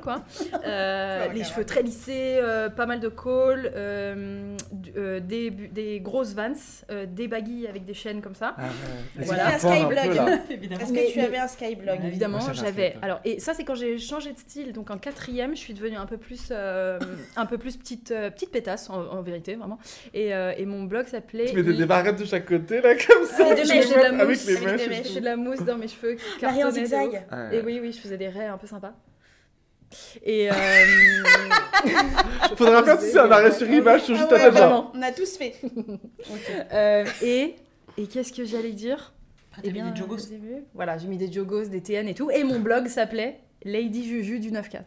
C: quoi.
D: Ouais,
C: Euh, les
D: rock'n'roll.
C: cheveux très lissés, euh, pas mal de col, euh, du- euh, des, bu- des grosses vans, euh, des baguilles avec des chaînes comme ça.
E: Ah ouais. Et
D: Voilà.
E: c'est pas un
D: Skyblog.
E: peu, là.
A: évidemment.
D: Est-ce que
C: Mais-
D: tu
C: mais-
D: avais un skyblog
A: Ouais.
C: Évidemment,
E: Moi, j'avais un
C: j'avais.
E: skate.
C: Alors, et ça, c'est quand j'ai changé de style. Donc, en quatrième, je suis devenue un peu plus, euh, un peu plus petite, euh, petite pétasse, en, en vérité, vraiment. Et, euh, et mon blog s'appelait.
E: Tu mettais des barrettes de chaque côté là comme ça.
D: Avec des
E: je
D: mèches,
E: me
D: de la
E: vois avec
D: mousse,
E: les
D: avec des
E: mèches.
D: mèches.
C: J'ai de la mousse dans mes cheveux qui
D: Marie en
C: cartonnaient de
D: zigzag.
C: ouf.
E: Ouais.
C: Et oui, oui, je faisais des raies un peu sympas. Et. euh,
E: Faudra faire si c'est un arrêt sur image sur juste
D: Ah
E: à
D: ouais,
E: ta
C: vraiment.
E: jambe.
D: On a tous fait.
C: euh, et. Et qu'est-ce que j'allais dire
A: Ah,
C: Eh
A: T'as mis des jogos.
C: au début, Voilà, j'ai mis des jogos, des TN et tout. Et mon blog s'appelait Lady Juju du 94.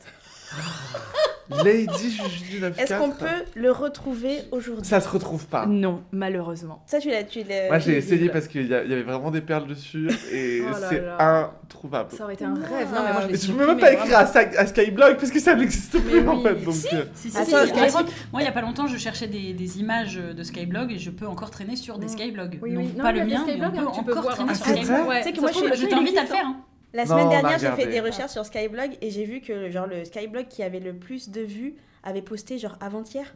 E: Lady Juju du 94.
D: Est-ce qu'on peut le retrouver aujourd'hui
E: Ça se retrouve pas.
C: Non, malheureusement.
D: Ça, tu l'as. tu l'as-
E: Moi j'ai
C: oui,
E: essayé
C: oui.
E: parce qu'il y, a- il y avait vraiment des perles dessus et
C: Oh là
E: c'est
C: là.
E: introuvable.
C: Ça aurait été un rêve. Non, mais moi, je l'ai
E: Ah. Mais tu peux
C: supprimé,
E: même pas
C: vraiment.
E: écrire à, Sa- à Skyblog parce que ça n'existe plus
C: Mais
E: en
C: oui.
E: fait. Donc, euh,
A: Si, si,
C: Ah,
D: Attends,
A: si,
D: parce
A: si,
D: que-
A: par exemple, moi, il n'y a pas longtemps, je cherchais des, des images de Skyblog et je peux encore traîner sur des
C: Mm.
A: Skyblogs.
C: Oui,
A: Non,
C: oui. Non,
A: pas
C: mais
A: le
C: il y a
A: mien, mais on
C: Skyblog,
A: peut
C: hein, tu peux
A: encore
C: voir,
A: traîner
C: hein.
A: sur
E: Ah, c'est
A: Skyblog.
E: vrai
A: Tu sais que moi, je, je t'invite à le faire. hein.
D: La
E: Non,
D: semaine
E: on a
D: dernière, j'ai
E: regardé.
D: fait des recherches sur Skyblog et j'ai vu que genre le Skyblog qui avait le plus de vues avait posté genre avant-hier.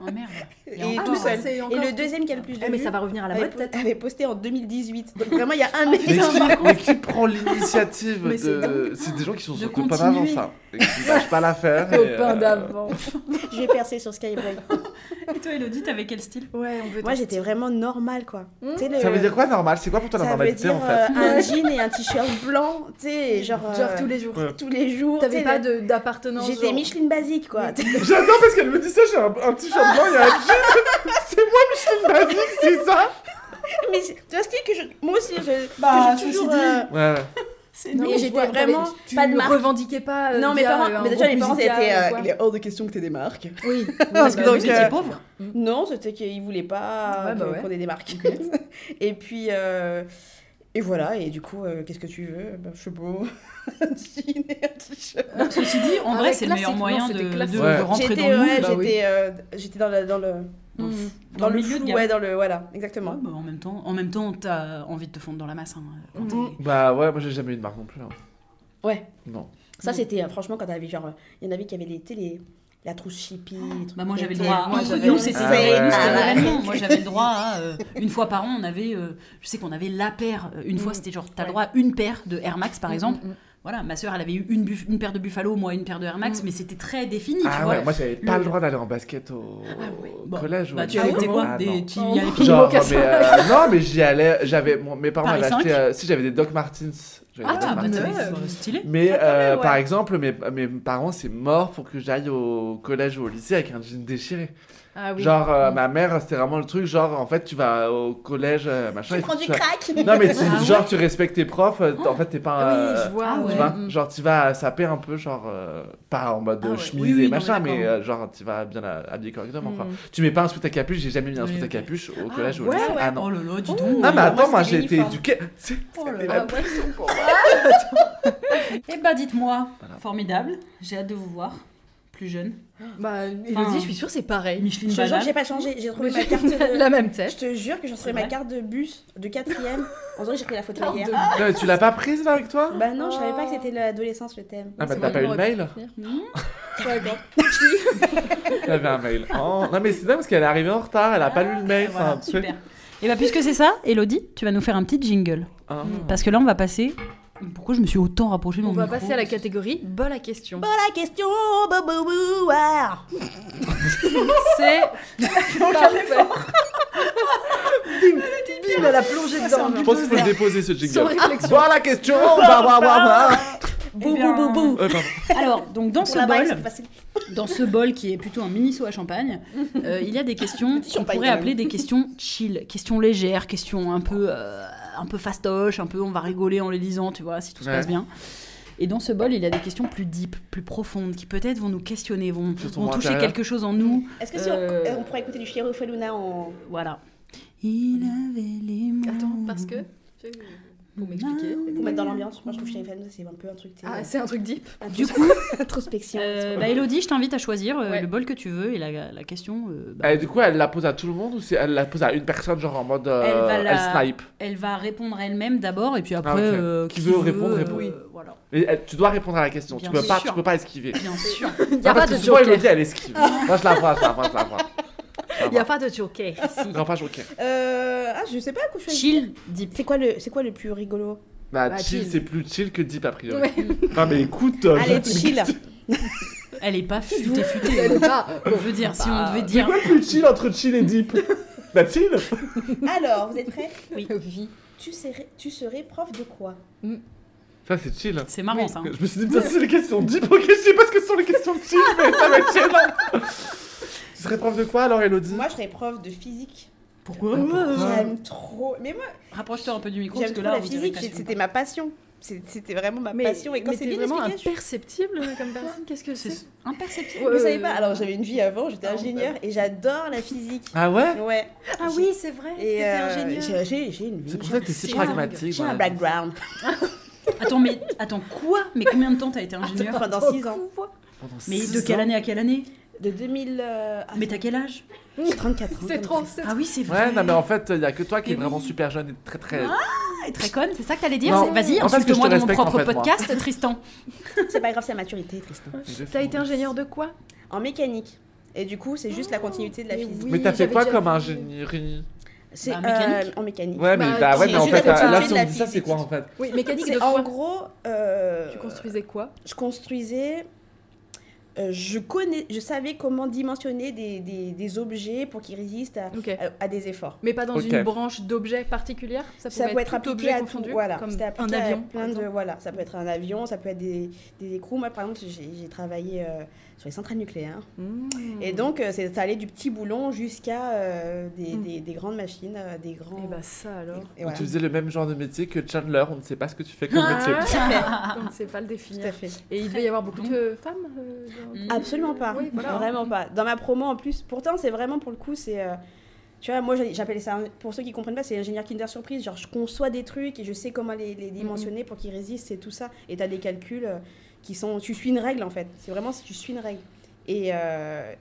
A: Oh merde.
D: Et,
A: encore,
D: tout
A: ouais.
D: seul. Ah,
C: C'est
D: Et
C: encore-
D: le deuxième qui a le plus de
C: Eh, mais
D: vues
C: ça va revenir à la
D: avait,
C: mode,
D: po-
C: peut-être. Ah,
D: avait posté en 2018. Donc vraiment, il y a un mec.
E: Mais
A: Putain, par
E: qui,
A: contre-
E: mais qui prend l'initiative
A: Mais c'est
E: de. C'est des gens qui sont
A: de
E: sur copain d'avant,
A: continuer.
E: ça. hein, Et qui lâchent pas l'affaire. et, euh,
C: Copain d'avant.
D: Je vais percer sur Skyblog.
A: Et toi, Elodie, t'avais quel style
C: Ouais, on veut
D: Moi, j'étais vraiment normale, quoi.
C: Hmm.
D: Tu sais, le-
E: Ça veut dire quoi, normal C'est quoi pour toi la
D: Ça veut
E: normalité,
D: dire
E: en
D: euh,
E: fait
D: un jean et un t-shirt blanc, tu sais, genre,
C: Genre
D: euh,
C: tous les jours.
E: Ouais.
D: tous les jours. tu
C: T'avais
D: sais,
C: pas
D: le-
C: de- d'appartenance.
D: J'étais
C: genre-
D: Micheline basique, quoi.
E: J'adore parce qu'elle me dit ça, j'ai un, un t-shirt blanc, il y a un jean. C'est moi, Micheline Basique, c'est ça
D: mais c'est- tu vois ce qui est que je... moi aussi, je.
G: Bah,
D: que je-
G: ceci
D: toujours,
G: dit.
D: euh,
E: Ouais,
A: C'est
C: Non,
D: mais
C: mais
D: je
C: j'étais
D: vois vraiment
C: t'avais- tu
D: pas de
C: ne
D: marque.
C: revendiquais pas. euh,
D: non, mes
C: via,
D: parents,
C: euh, un
D: mais déjà les
C: groupe
D: parents
C: musical
D: étaient.
C: ou
D: euh,
C: quoi.
D: il est hors de question que t'aies des marques.
C: Oui.
D: Parce que
C: bah
D: donc,
C: oui,
A: Vous
D: euh,
A: étiez pauvre
D: Non, c'était qu'ils voulaient pas
C: Ouais, bah
D: que-
C: ouais.
D: qu'on ait des marques. et puis. euh, Et voilà, et du coup, euh, qu'est-ce que tu veux Bah, Je suis beau. Un jean et un t-shirt.
A: Ceci dit, en
C: Ah
A: vrai,
C: ouais,
A: c'est le meilleur
C: classique,
A: moyen
C: non,
A: de,
C: c'était classique.
A: de
E: Ouais.
A: rentrer dans
D: J'étais
A: le moule.
D: ouais,
C: bah oui.
D: j'étais, euh, j'étais dans la- dans le.
A: Dans le-
C: Mm.
D: Dans, le,
A: milieu de
D: flou,
A: gamme.
D: ouais, dans le voilà, exactement.
A: Ouais, bah, en même temps, en même temps, t'as envie de te fondre dans la masse. hein, quand t'es-
E: Bah ouais, moi j'ai jamais eu de marque non plus. hein.
D: Ouais.
E: Non.
D: Ça c'était euh, franchement quand t'avais genre, euh, il y en avait qui avaient les, tu sais, les la trousse chippie. les trucs
A: Bah moi
D: comme
A: j'avais le
D: ça.
A: droit.
C: moi,
A: Entre
C: j'avais-
A: nous c'était
E: Ah
A: c'était
E: ouais.
A: nous,
D: euh,
A: c'était
E: Ah ouais.
A: l'événement. Moi j'avais le droit à euh, une fois par an on avait euh, je sais qu'on avait la paire Euh, une fois
C: Mm.
A: c'était genre t'as le
C: Ouais.
A: droit à une paire de Air Max par exemple.
C: Mm, mm,
A: Voilà ma sœur elle avait eu une, buff- une paire de Buffalo moi une paire de Air Max
C: Mm.
A: mais c'était très défini tu
E: Ah
A: vois.
E: ouais, moi j'avais pas
A: Le-
E: le droit d'aller en basket au, au
A: Bah,
E: collège. ou
A: Bah
E: au
A: tu
E: lycée.
A: avais quoi
E: Ah, non.
A: des tu
C: Oh.
A: y allais pieds nus
E: Genre,
A: au
E: mais,
A: casson.
E: euh, non, mais j'y allais, j'avais, mon- mes parents
A: Paris
E: m'avaient acheté,
A: 5?
E: euh, si j'avais des Doc Martens. J'avais
A: Ah
E: des
A: bah
E: Doc Martens.
A: t'avais euh, stylé.
E: Mais
D: Ah, quand
E: euh,
D: même, ouais.
E: par exemple, mes, mes parents, c'est mort pour que j'aille au collège ou au lycée avec un jean déchiré.
C: mm. Ah oui.
E: Genre, euh,
C: Mm.
E: ma mère, c'était vraiment le truc, genre, en fait, tu vas au collège, euh, machin.
D: Tu
E: et
D: prends du
E: vas-
D: crack.
E: Non, mais tu-
A: Ah ouais.
E: genre, tu respectes tes profs, euh, t- en fait, t'es pas euh, un.
C: Oui, je vois.
A: ah,
E: Tu
A: ouais.
E: vois
C: Mm.
E: Genre, tu vas saper un peu, genre, euh, pas en mode
A: Ah ouais.
E: chemise
A: Oui, oui,
E: et
A: non,
E: machin,
A: mais
E: mais,
A: d'accord.
E: euh, genre, tu vas bien euh, habillé correctement, quoi.
C: Mm.
E: Tu mets pas un sweat à capuche, j'ai jamais mis un
A: Oui,
E: sweat à
A: ok.
E: capuche au collège ou au
D: ouais,
E: lycée.
D: ouais.
E: Ah non.
A: Oh là là dis donc.
E: Ah, mais
D: moi,
E: attends, moi,
D: c'était
E: j'ai été
D: l'uniforme.
E: éduqué. C'est-
A: Oh là
E: c'était
A: là.
E: la pression pour moi.
A: Eh bah dites-moi
E: Voilà.
A: formidable j'ai hâte de vous voir plus jeune.
C: Bah, Elodie,
A: Enfin,
C: je suis sûre, c'est pareil.
A: Micheline
D: Je te jure,
A: Banane.
D: j'ai pas changé, j'ai trouvé
C: Mais
D: ma
C: j'ai
D: carte. de-
C: La même
D: Je
C: tête.
D: te jure que j'ai
A: C'est
D: trouvé ma
A: vrai.
D: carte de bus de quatrième. On dirait que j'ai pris la photo hier.
E: Non, mais tu l'as pas prise, là, avec toi
D: Bah non, je savais
A: Oh.
D: pas que c'était l'adolescence le thème.
E: Ah, bah,
C: C'est
E: t'as
C: vrai
E: pas eu
C: qu'on
E: le
C: aurait
E: mail
C: D'accord.
E: J'avais un mail. Oh, Non, mais c'est dingue parce qu'elle est arrivée en retard, elle a pas lu le mail.
A: Ah, Voilà,
E: enfin, tu sais.
A: super. Et bah puisque c'est ça Elodie tu vas nous faire un petit jingle.
E: Ah.
A: Parce que là, on va passer. Pourquoi je me suis autant rapproché de mon
C: Hmm. On va
A: micro
C: passer à la catégorie bol à question.
D: Bon la question, boubou, ah.
C: C'est parfait.
D: Bim, elle a plongé dedans.
E: Je pense qu'il faut le déposer ce
C: Sans
E: jingle.
C: réflexion.
E: Voilà la question bah, bah, bah,
A: Eh bien,
D: Boubou, boubou.
E: bah. Euh, pardon.
A: Alors, donc dans
D: Pour
A: ce
D: la balle,
A: bol,
D: c'est facile.
A: dans ce bol qui est plutôt un mini saut à champagne, euh, il y a des questions
D: Petit
A: qu'on
D: champagne,
A: pourrait
D: quand même.
A: appeler des questions chill, questions légères, questions un peu, euh, un peu fastoche, un peu on va rigoler en les lisant, tu vois, si tout se
E: Ouais.
A: passe bien. Et dans ce bol, il y a des questions plus deep, plus profondes, qui peut-être vont nous questionner, vont,
E: Sur ton
A: vont toucher
E: intérieur.
A: quelque chose en nous.
D: Est-ce que si on,
C: Euh.
D: euh, on pourrait écouter du Chiero Feluna en.
A: Voilà. Il avait les mots.
C: Attends, parce que. Pour m'expliquer.
D: Pour mettre dans l'ambiance Moi je trouve Chiero Feluna c'est un peu un truc.
C: Ah, c'est un truc deep.
D: Du coup, introspection.
A: Euh, bah, Elodie, je t'invite à choisir euh,
C: Ouais.
A: le bol que tu veux et la, la question. euh, bah,
E: Et du coup, elle la pose à tout le monde ou c'est elle la pose à une personne, genre en mode euh,
A: Elle
E: elle,
A: va la-
E: snipe
A: Elle va répondre elle-même d'abord et puis après
E: Ah, ok.
A: euh,
E: Qui veut répondre, répond.
A: oui. Voilà,
E: Et elle- Tu dois répondre à la question,
A: Bien
E: tu peux, pas,
A: sûr.
E: tu peux pas esquiver.
A: bien sûr.
C: Il n'y a
E: Ah,
C: pas
E: parce
C: de
E: que souvent, elle le
C: joker.
E: dit, elle esquive. Moi, je la vois, je la vois, je la vois.
C: Il n'y a pas de joker ici.
E: Non, pas joker.
D: Euh, ah, je sais pas à quoi je suis.
A: Chill, deep.
D: C'est quoi le, c'est quoi le plus rigolo
E: Bah,
C: Bah,
E: chill,
C: chill.
E: c'est plus chill que deep a priori.
C: Ouais.
E: Non, mais écoute. euh,
D: Allez,
E: je-
D: chill.
A: Elle est pas futée, futée.
C: Elle est pas-
A: Je veux dire, si on
C: Bah,
A: devait dire.
E: Quoi de plus chill entre chill et deep Bah, chill
D: Alors, vous êtes prêts
C: Oui.
D: tu serais, tu serais prof de quoi
E: Ça, c'est chill.
A: C'est marrant ça. hein.
E: Je me suis dit, putain, c'est les questions deep, ok, je sais pas ce que sont les questions chill, mais ça va être chill. hein. Tu serais prof de quoi alors, Elodie
D: Moi, je serais prof de physique.
E: Ah,
A: Pourquoi
D: J'aime trop. Mais moi,
A: Rapproche-toi un peu du micro parce
D: j'aime
A: que
D: trop
A: là,
D: la
A: on dirait
D: physique.
A: que
D: j'ai-
A: t'assumes
D: C'était
A: pas.
D: ma passion. C'est- C'était vraiment ma
C: Mais,
D: passion. Et quand
C: mais
D: c'est
C: t'es
D: bien
C: vraiment
D: expliqué, je-
C: imperceptible comme personne. Qu'est-ce que c'est
A: C'est imperceptible.
D: vous savez pas. Alors, j'avais une vie avant. J'étais ingénieur et j'adore la physique.
E: Ah ouais
D: Ouais.
C: Ah oui, c'est vrai.
D: Et
C: T'étais
D: euh,
C: ingénieur.
D: j'ai- j'ai j'ai une vie.
E: C'est pour ça que t'es si
C: C'est
E: pragmatique.
D: J'ai un
E: voilà.
D: background
A: Attends, mais attends quoi Mais combien de temps t'as
C: Ah,
A: été ingénieur
D: pendant 6 ans.
E: Pendant
A: Mais
E: six
A: de quelle
E: ans.
A: année à quelle année
D: De 2000. euh, ah,
A: Mais t'as quel âge
D: 34 ans.
C: C'est
D: hein, comme
C: trop.
D: ça.
C: c'est
A: Ah oui, c'est vrai.
E: Ouais, non, mais en fait, il y a que toi qui
A: Mais
E: est vraiment
A: oui.
E: super jeune et très très.
A: et très conne, c'est ça que t'allais dire
E: Non.
A: C'est- Vas-y,
E: En fait, que je te
A: insulte-moi dans mon
E: respecte, en
A: propre
E: fait, moi.
A: podcast, Tristan.
D: C'est pas grave, c'est la maturité, Tristan.
C: T'as été ingénieur de quoi
D: En mécanique. Et du coup, c'est juste la continuité de la
C: Ah, mais
D: physique.
C: oui.
E: Mais t'as fait
C: j'avais
E: quoi
C: déjà
E: comme
C: vu.
E: ingénierie
D: C'est
A: Bah, en
D: euh,
A: mécanique.
D: en mécanique.
E: Ouais, mais
C: Bah,
E: bah ouais,
C: c'est
E: mais en
C: juste la
E: fait, là,
D: continuité
E: si
D: de
E: on
D: la
E: dit ça, c'est
D: physique.
E: quoi en fait
C: Oui, mécanique
D: C'est
C: de
D: en
C: quoi
D: gros, euh,
C: Tu construisais quoi
D: je construisais, euh, je connais, je savais comment dimensionner des, des- des objets pour qu'ils résistent à,
C: Ok.
D: à- à des efforts.
C: Mais pas dans
E: Ok.
C: une branche d'objets particulière Ça pouvait
D: Ça peut être
C: tout
D: appliqué
C: objet
D: à tout,
C: confondu,
D: voilà.
C: comme
D: C'était
C: un
D: appliqué à
C: avion. par
D: plein de,
C: exemple.
D: voilà, ça peut être un avion, ça peut être des, des écrous. Moi, par exemple, j'ai j'ai travaillé euh, sur les centrales nucléaires.
C: Mmh.
D: Et donc, euh, c'est- ça allait du petit boulon jusqu'à euh, des,
C: Mm.
D: des- des grandes machines, euh, des grands.
C: Eh bah ça alors.
D: et voilà.
E: Tu faisais le même genre de métier que Chandler, on ne sait pas ce que tu fais comme métier.
C: On ne sait pas le
D: Tout
C: définir.
D: à fait.
C: Et il devait y avoir beaucoup de femmes euh, dans-
D: Mmh.
A: Mm.
D: Absolument pas.
C: Oui, voilà.
D: Vraiment pas. Dans ma promo en plus, pourtant, c'est vraiment pour le coup, c'est. euh, tu vois, moi j'ai- j'appelle ça, un- pour ceux qui comprennent pas, c'est ingénieur Kinder Surprise. Genre, je conçois des trucs et je sais comment les, les dimensionner pour qu'ils résistent et tout ça. Et t'as des calculs euh, qui sont. Tu suis une règle en fait. C'est vraiment si tu suis une règle. Et. euh,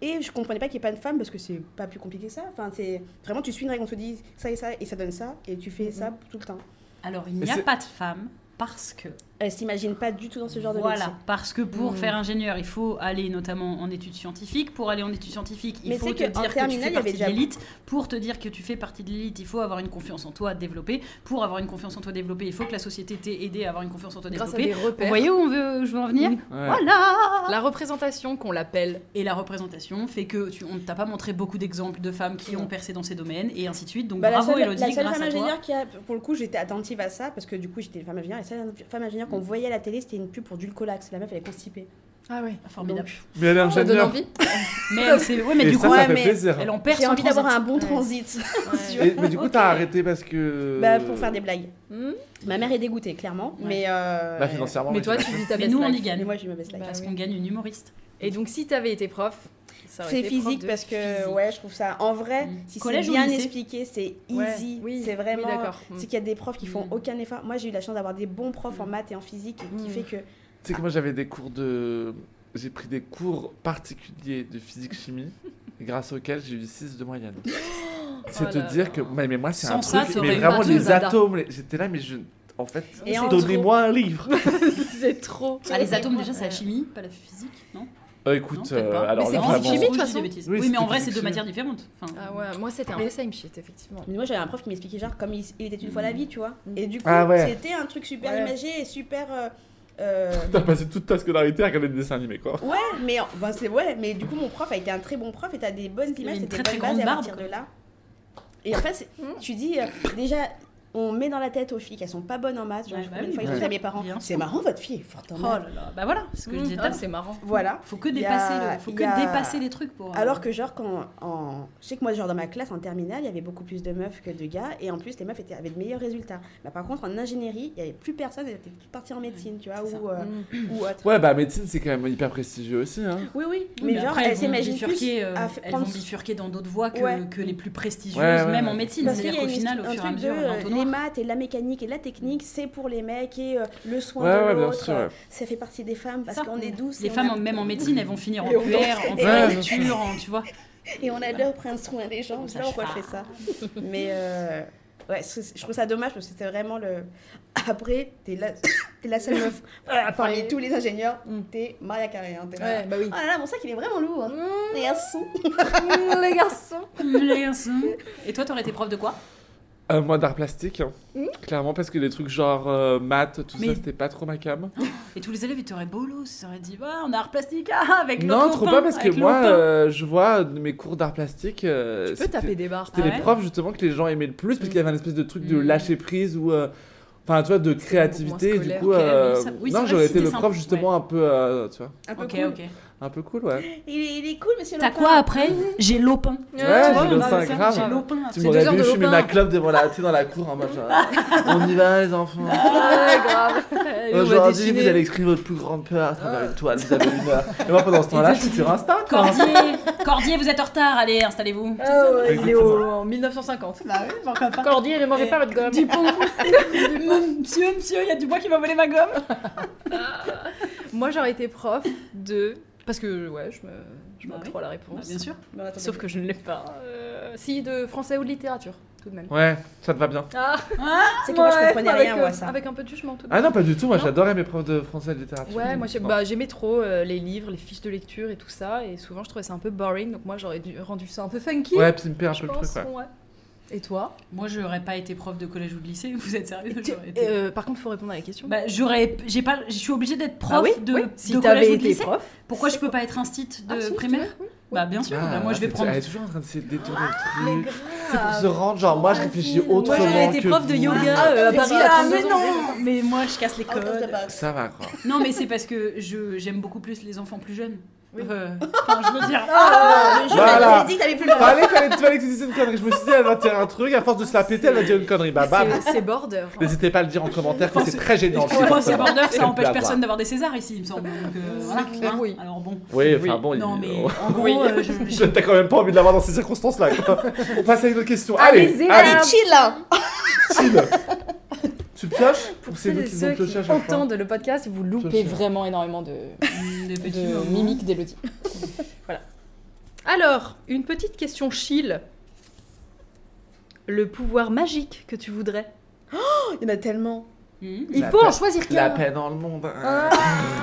D: et je comprenais pas qu'il n'y ait pas de femme parce que c'est pas plus compliqué que ça. Enfin, c'est vraiment tu suis une règle, on te dit ça et ça et ça donne ça et tu fais ça tout le temps.
A: Alors, il
E: Mais
A: n'y a
E: c'est-
A: pas de femme parce que.
D: Elle s'imagine pas du tout dans ce genre de
A: voilà,
D: métier.
A: parce que pour
E: Hmm.
C: Mm.
A: faire ingénieur, il faut aller notamment en études scientifiques. Pour aller en études scientifiques, il
D: Mais
A: faut
D: c'est
A: te
D: que en
A: dire que tu fais
D: terminale, il y avait
A: partie de
D: déjà-
A: l'élite. Pour te dire que tu fais partie de l'élite, il faut avoir une confiance en toi développée. Pour avoir une confiance en toi développée, il faut que la société t'ait aidé à avoir une confiance en toi
C: grâce à
A: développée.
C: des
A: Vous
C: repères. Ah.
A: voyez où on veut, où je veux en venir
C: Mm.
E: Ouais.
A: Voilà
C: La représentation qu'on l'appelle.
A: Et la représentation fait que tu, on ne t'a pas montré beaucoup d'exemples de femmes qui
D: Non.
A: ont percé dans ces domaines et ainsi de suite. Donc
D: Bah, la
A: bravo
D: seule,
A: Elodie,
D: la seule
A: grâce
D: femme
A: à toi.
D: ingénieure qui a, pour le coup, j'étais attentive à ça parce que du coup, j'étais une femme ingénieure. Et la seule femme ingénieure qu'on voyait à la télé, c'était une pub pour Dulcolax. La meuf, elle est constipée.
C: Ah oui.
A: Formidable.
E: Mais elle est
C: Ça donne
E: ingénieure.
C: envie.
A: Mais, elle, c'est- ouais, mais
E: Et
A: du
E: ça,
A: coup,
E: ça
D: ouais,
E: fait
D: mais
E: plaisir.
A: elle en perd
D: J'ai
A: son
D: envie d'avoir un
A: transit.
D: bon
C: Ouais.
D: transit
C: Ouais.
E: Et- mais du coup, t'as arrêté parce que.
D: bah, pour faire des blagues.
C: Hmm.
D: Ma mère est dégoûtée, clairement.
A: Euh. Ouais.
D: Mais, euh,
E: Bah, financièrement.
C: Mais
E: oui,
C: toi,
E: j'imagine.
C: tu vis ta
A: Mais
C: best
A: nous, on
C: life.
A: y gagne.
D: mais moi, j'ai eu ma baisse
C: Bah,
D: là.
A: Parce
C: oui.
A: qu'on gagne une humoriste.
C: Et donc, si t'avais été prof, ça aurait
D: C'est
C: été prof
D: physique
C: de
D: parce que,
C: physique.
D: ouais, je trouve ça. En vrai,
A: Mm.
D: si c'est
A: Collège ou
D: bien
A: lycée
D: expliqué, c'est
C: Ouais.
D: easy.
C: Oui,
D: C'est vraiment.
C: Oui, d'accord. Mm.
D: c'est qu'il y a des profs qui font
A: Mm.
D: aucun effort. Moi, j'ai eu la chance d'avoir des bons profs en maths et en physique et qui
C: Mm.
D: fait que
E: Tu sais que moi j'avais des cours de. J'ai pris des cours particuliers de physique-chimie, grâce auxquels j'ai eu 6 de moyenne. C'est
C: Oh
E: te
C: là
E: dire
C: là.
E: que. Mais, mais moi c'est
A: Sans
E: un
A: ça,
E: truc.
A: t'aurais
E: Mais
A: eu
E: vraiment
A: un
E: les
C: truc, Zada.
E: atomes. les- J'étais là, mais je. En fait,
D: Et en
E: donnez-moi un livre.
C: C'est trop.
A: Ah, les atomes, déjà, c'est
C: ça
A: la chimie, pas la physique, non
E: Euh,
A: Non,
E: écoute,
A: peut-être
E: euh,
A: pas.
E: alors
C: Mais
E: là
C: c'est
E: vraiment.
C: physique-chimie, de
A: Ou
C: toute
A: je dis
C: façon.
A: des bêtises.
E: Oui,
A: Oui, mais
E: c'était
A: en vrai, c'est deux
E: physique-chimie.
A: matières différentes. Enfin,
C: Ah ouais, moi c'était un peu time shit, effectivement.
D: Mais moi j'avais un prof qui m'expliquait genre comme il, il était une fois la vie, tu vois.
C: Mm.
D: Et du coup,
E: Ah ouais.
D: c'était un truc super
C: Ouais.
D: imagé et super. euh, euh,
E: T'as passé toute ta scolarité à regarder des dessins animés, quoi.
D: ouais, mais enfin, c'est ouais, mais du coup mon prof a été un très bon prof et t'as des bonnes
A: qu'il avait
D: images,
A: une
D: t'as des
A: très, très
D: bonnes bases
A: grande
D: à
A: barbe,
D: partir
A: quoi. Mm.
D: de là. Et en fait, c'est- tu dis euh, déjà. On met dans la tête aux filles qu'elles sont pas bonnes en maths. Genre,
A: Ouais,
D: je-
A: bah
D: une
A: oui,
D: fois, ils
E: bien
D: disaient à mes parents
A: Bien
D: C'est
A: sûr.
D: marrant, votre fille est forte en
A: oh
D: maths.
A: là là. Bah voilà, c'est ce que je disais tout à
C: Ah,
A: l'heure.
C: c'est marrant.
D: Mmh, Voilà.
A: Faut que
D: Il y a-
A: dépasser, le- faut
D: il
A: que
D: y a-
A: dépasser les trucs pour. euh,
D: Alors que genre quand en... je sais que moi genre dans ma classe en terminale il y avait beaucoup plus de meufs que de gars et en plus les meufs étaient, avaient de meilleurs résultats. Mais par contre en ingénierie il y avait plus personne, elles étaient toutes parties en médecine tu vois
A: C'est Mm.
D: ou, euh, ou autre.
E: Ouais, bah médecine c'est quand même hyper prestigieux aussi, hein.
D: Oui oui.
A: Oui,
D: Mais, genre
A: après,
D: elles
A: vont
D: s'imaginent plus
A: bifurquer, euh,
D: à f-
A: elles
D: prendre-
A: vont bifurquer dans d'autres voies que,
D: Ouais.
A: que les plus prestigieuses,
E: Ouais, ouais,
A: même
E: ouais.
A: en médecine.
D: parce qu'il
A: C'est-à-dire
D: y a
A: qu'au
D: une
A: final, au
D: hist-
A: fur
D: un
A: et à
D: truc de
A: mesure, Mm.
D: euh, les
A: l'entonnoir.
D: maths et la mécanique et la technique c'est pour les mecs et euh, le soin
E: Ouais,
D: de
E: ouais, bien
D: l'autre
E: sûr. ouais.
D: ça fait partie des femmes parce
A: Ça.
D: qu'on est douces
A: Les
D: et on
A: femmes,
D: a-
A: en- même en médecine, elles vont finir en
D: Et on
A: puère, en
E: Ouais, bien
A: lecture, en tu vois.
D: et on adore prendre soin des gens.
A: Comme
D: Je sais pas pourquoi je fais ça. Mais euh, ouais, c'est- je trouve ça dommage parce que c'était vraiment le. Après, t'es la, t'es la seule meuf voilà, parmi tous les ingénieurs.
C: Mm.
D: T'es Maria Carré. hein, t'es là.
C: Ouais, bah oui.
D: Oh là là, mon sac il est vraiment lourd. hein.
C: Mmh,
D: Merci.
C: les garçons.
A: Les garçons. Et toi, t'aurais été prof de quoi
E: Euh, moi d'art plastique, hein. clairement parce que les trucs genre euh, maths, tout
A: Hmm Mais-
E: ça, c'était pas trop ma cam.
A: Et tous les élèves, ils t'auraient bolos, ils auraient dit, bah, on a art plastique, ah, avec le
E: Non,
A: copain,
E: trop pas parce que
A: avec le
E: moi,
A: copain.
E: euh, je vois euh, mes cours d'art plastique. euh,
C: Tu peux
E: c'était-
C: taper des barres. hein.
E: C'était
A: Ah
E: les
A: ouais
E: profs justement que les gens aimaient le plus parce qu'il y avait un espèce de truc de
A: Mm.
E: lâcher prise ou euh, enfin tu vois de créativité et du
C: scolaire.
E: coup
A: Ok,
E: euh,
A: oui, ça- oui, c'est
E: non
A: vrai
E: j'aurais
A: que
E: été le
A: c'était
E: prof
A: simple,
E: justement un peu euh, tu vois
D: Un peu
A: Ok,
D: cool.
A: ok.
E: un peu cool ouais
D: Il, est, il est cool, monsieur
A: T'as
D: Lopin.
A: quoi après J'ai l'opin.
E: Ouais,
A: Tu vois,
E: j'ai l'opin,
A: on parle de ça,
E: grave.
A: J'ai l'opin.
E: tu
C: C'est deux
E: m'aurais
C: heures
E: vu
C: de
E: fumer
C: lopin.
E: ma clope devant la tu sais, dans la cour en mode genre, ah, on y va les enfants
C: Ah, grave. Et on va
E: aujourd'hui
C: dessiner.
E: vous allez écrire votre plus grande peur à travers une toile vous avez une heure et moi pendant ce temps là je suis sur Insta quoi
A: Cordier, Cordier, vous êtes en retard, allez, installez-vous.
C: Ah ouais, il est Ah,
E: Exactement.
C: au- en 1950.
D: Bah
C: Cordier, ne mangez
A: pas
C: votre gomme.
A: Dupont. monsieur, monsieur, il y a du bois qui m'a volé ma gomme.
C: Moi, j'aurais été prof de. Parce que, ouais, je me, je
A: Bah
C: me
A: oui.
C: trop à la réponse.
A: Bah, bien sûr.
D: Bon, attends,
C: Sauf que je ne l'ai pas. Euh, si, de français ou de littérature. tout de même.
E: Ouais, ça te va bien.
C: Ah,
D: C'est que moi, je
C: ouais,
D: comprenais
C: avec,
D: rien,
C: euh,
D: moi, ça.
C: Avec un peu de jugement tout de
E: Ah
C: même.
E: non, pas du tout. Moi,
C: Non.
E: j'adorais mes profs de français et de littérature.
C: Ouais, moi j'ai-
E: Non.
C: bah, j'aimais trop euh, les livres, les fiches de lecture et tout ça, et souvent je trouvais ça un peu boring, donc moi j'aurais dû- rendu ça un peu funky.
E: Ouais, pimper un
C: je
E: peu le
C: pense,
E: truc, ouais.
C: ouais. Et toi
A: Moi, j'aurais pas été prof de collège ou de lycée. Vous êtes sérieux J'aurais été-
C: Euh, Par contre, faut répondre à la question.
A: Bah, j'aurais, j'ai pas, je suis obligée d'être prof
C: Ah oui,
A: de,
C: oui.
A: de
C: Si
A: collège ou
C: t'avais
A: de
C: été
A: lycée.
C: prof,
A: Pourquoi je
C: c'est
A: peux pas être un stit de
C: Ah, si, tu
A: primaire
C: veux, oui.
A: Bah
E: Ah,
A: bien sûr. bah, moi, je vais
E: t'es-
A: prendre.
E: Elle est toujours en train de se détourner
C: Mais
E: le truc.
G: C'est pour
C: Ah, grave.
G: se rendre, genre, moi, je réfléchis
D: Moi,
G: autrement.
C: j'aurais été
G: que
C: prof de
G: vous.
C: yoga, euh, à
D: Bah, Paris,
A: Ah,
D: à
A: mais
D: 32 ans.
A: non Mais moi, je casse les
D: Out of the
A: codes.
D: box.
E: Ça va, quoi.
A: Non, mais c'est parce que je j'aime beaucoup plus les enfants plus jeunes.
C: Oui.
A: Euh, enfin, je veux dire.
D: Ah, le jeu,
G: Voilà.
D: t'avais dit que t'avais plus le
G: Fallait qu'elle fallait que tu dises une connerie. Je me suis dit, elle va dire un truc, à force de se la péter, elle va dire une connerie. Bah, bam.
C: C'est- C'est border.
A: hein.
G: N'hésitez pas à le dire en commentaire, que c'est très gênant.
A: Pour moi, c'est
G: forcément-
A: border,
G: c'est
A: ça
G: le
A: empêche
G: blabla.
A: personne d'avoir des Césars ici, il me semble. Donc, euh, voilà,
C: clair.
A: hein.
C: Oui.
A: Alors bon.
G: Oui, enfin bon,
A: Non,
G: il-
A: mais
G: oh.
A: en gros, euh, je- je-
G: T'as quand même pas envie de l'avoir dans ces circonstances-là. quoi. On passe à une autre question. Allez,
C: Allez-y,
G: allez,
C: là.
D: Allez, chill hein. là.
G: chill. Tu pioches Pour
C: Celles
G: nous
C: et
G: qui
C: ceux
G: ont pioché à chaque
C: qui
G: fois.
C: entendent le podcast, vous
G: Piocher.
C: loupez vraiment énormément de,
A: des
C: de
A: petits euh, moments.
C: mimiques d'Elodie. voilà. Alors, une petite question chill. Le pouvoir magique que tu voudrais.
D: Il y en a tellement.
A: Mhm.
C: Il
E: La
C: faut en
E: paix-
C: choisir qu'un.
E: La paix dans le monde. hein.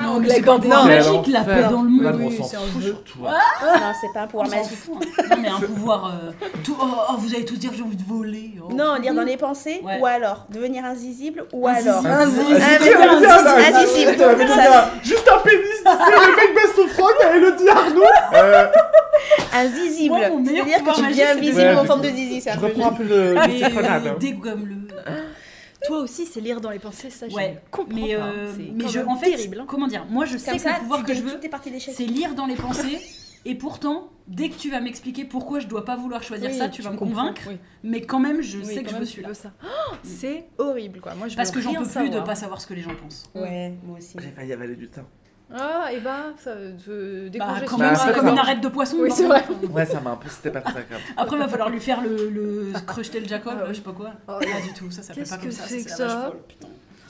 A: Non, mais
C: la
A: c'est pas un
C: bande-
A: pouvoir
C: non,
E: mais
A: magique, la
E: l'enfer.
A: paix dans le
G: Là,
A: monde.
G: on
A: oui,
G: s'en
A: c'est un
G: fout
A: jeu.
G: surtout.
D: Non, c'est pas un
A: On
D: pouvoir
A: s'en
D: magique.
A: fout, hein. Non, mais un pouvoir. euh, tout- oh, oh, vous allez tous dire j'ai envie de voler. oh.
D: Non, lire dans les pensées,
A: Ouais.
D: ou alors devenir invisible, ou alors.
A: Invisible.
G: Ah,
A: Invisible.
G: c'est
D: Invisible.
G: terrible,
D: Invisible.
G: ça, ça,
D: Invisible.
G: ça, mais
D: Ça-
G: là, Juste un pénis, tu sais, le mec baisse son froc, t'as Elodie Arnaud. Euh,
D: Invisible.
A: Moi, mon meilleur
D: C'est-à-dire
A: pouvoir
D: que tu
A: magique,
D: deviens
A: c'est de-
D: invisible
G: Ouais,
D: en
G: je-
D: forme de zizi,
E: Ah,
D: c'est un
G: Je
D: peu
G: reprends un peu le le
A: Mais
G: citronnade, hein.
A: euh, dégomme-le.
C: Toi aussi, c'est lire dans les pensées, ça je
A: Ouais,
C: ne comprends
A: Mais,
C: pas.
A: euh,
C: C'est
A: mais
C: quand
A: je,
C: même
A: en fait,
C: terrible. hein.
A: comment dire Moi, je sais
D: Comme
A: que
D: ça,
A: le pouvoir
D: tu
A: que je
D: gagnes
A: veux,
D: toutes tes parties d'échecs.
A: c'est lire dans les pensées. Et pourtant, dès que tu vas m'expliquer pourquoi je dois pas vouloir choisir
C: Oui,
A: ça, tu vas me
C: comprends,
A: convaincre.
C: oui.
A: Mais quand même, je
C: Oui,
A: sais que
C: quand
A: je
C: même,
A: veux
C: tu
A: celui-là.
C: veux ça. Oh, c'est horrible quoi. Moi je
A: Parce
C: veux
A: que j'en
C: rien
A: peux plus de
C: savoir.
A: pas savoir ce que les gens pensent.
D: Ouais, moi aussi.
E: J'ai failli avaler du thym.
C: Ah et bah ça je
A: Bah,
C: décongèle.
A: quand
E: Bah,
A: même,
E: c'est
A: c'est comme
E: ça.
A: une arête de poisson.
C: Oui,
A: bordel.
C: c'est vrai.
A: Enfin,
E: Ouais, ça m'a un peu. C'était pas très grave.
A: Après, il va falloir lui faire le, le Crushtel Jacob, là, je sais pas quoi. Pas
C: Oh,
A: du tout, ça, ça fait
C: Qu'est-ce
A: pas
C: que
A: comme ça.
C: c'est
A: c'est
C: que
A: la
C: ça
A: vache folle, putain.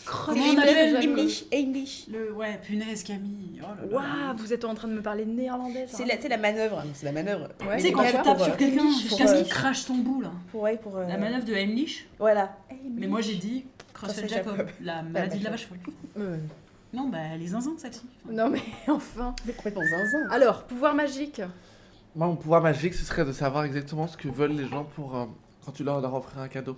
A: Comment on appelle
D: English,
A: Jacob
D: English, English.
A: le. Ouais, punaise, Camille. Oh là là.
C: Waouh, vous êtes en train de me parler néerlandais. ça.
D: C'est la, c'est la manœuvre. C'est la manœuvre.
C: Ouais,
A: Tu sais, quand
D: Ouais,
A: tu
D: pour,
A: tapes
D: euh,
A: sur quelqu'un
D: English,
A: jusqu'à ce
D: pour,
A: qu'il crache son bout, là.
D: Pour, ouais, pour. euh,
A: La manœuvre de Heimlich.
D: Voilà.
A: Mais moi, j'ai dit Crushtel
D: Crushtel
A: Jacob,
D: Jacob.
A: la maladie de la vache folle.
C: Euh,
A: Non, bah, elle est zinzin, celle-ci. Enfin,
C: Non mais enfin.
D: Mais complètement zinzin.
C: Alors pouvoir magique.
E: Moi, mon pouvoir magique, ce serait de savoir exactement ce que veulent les gens pour euh, quand tu leur, leur offres un cadeau.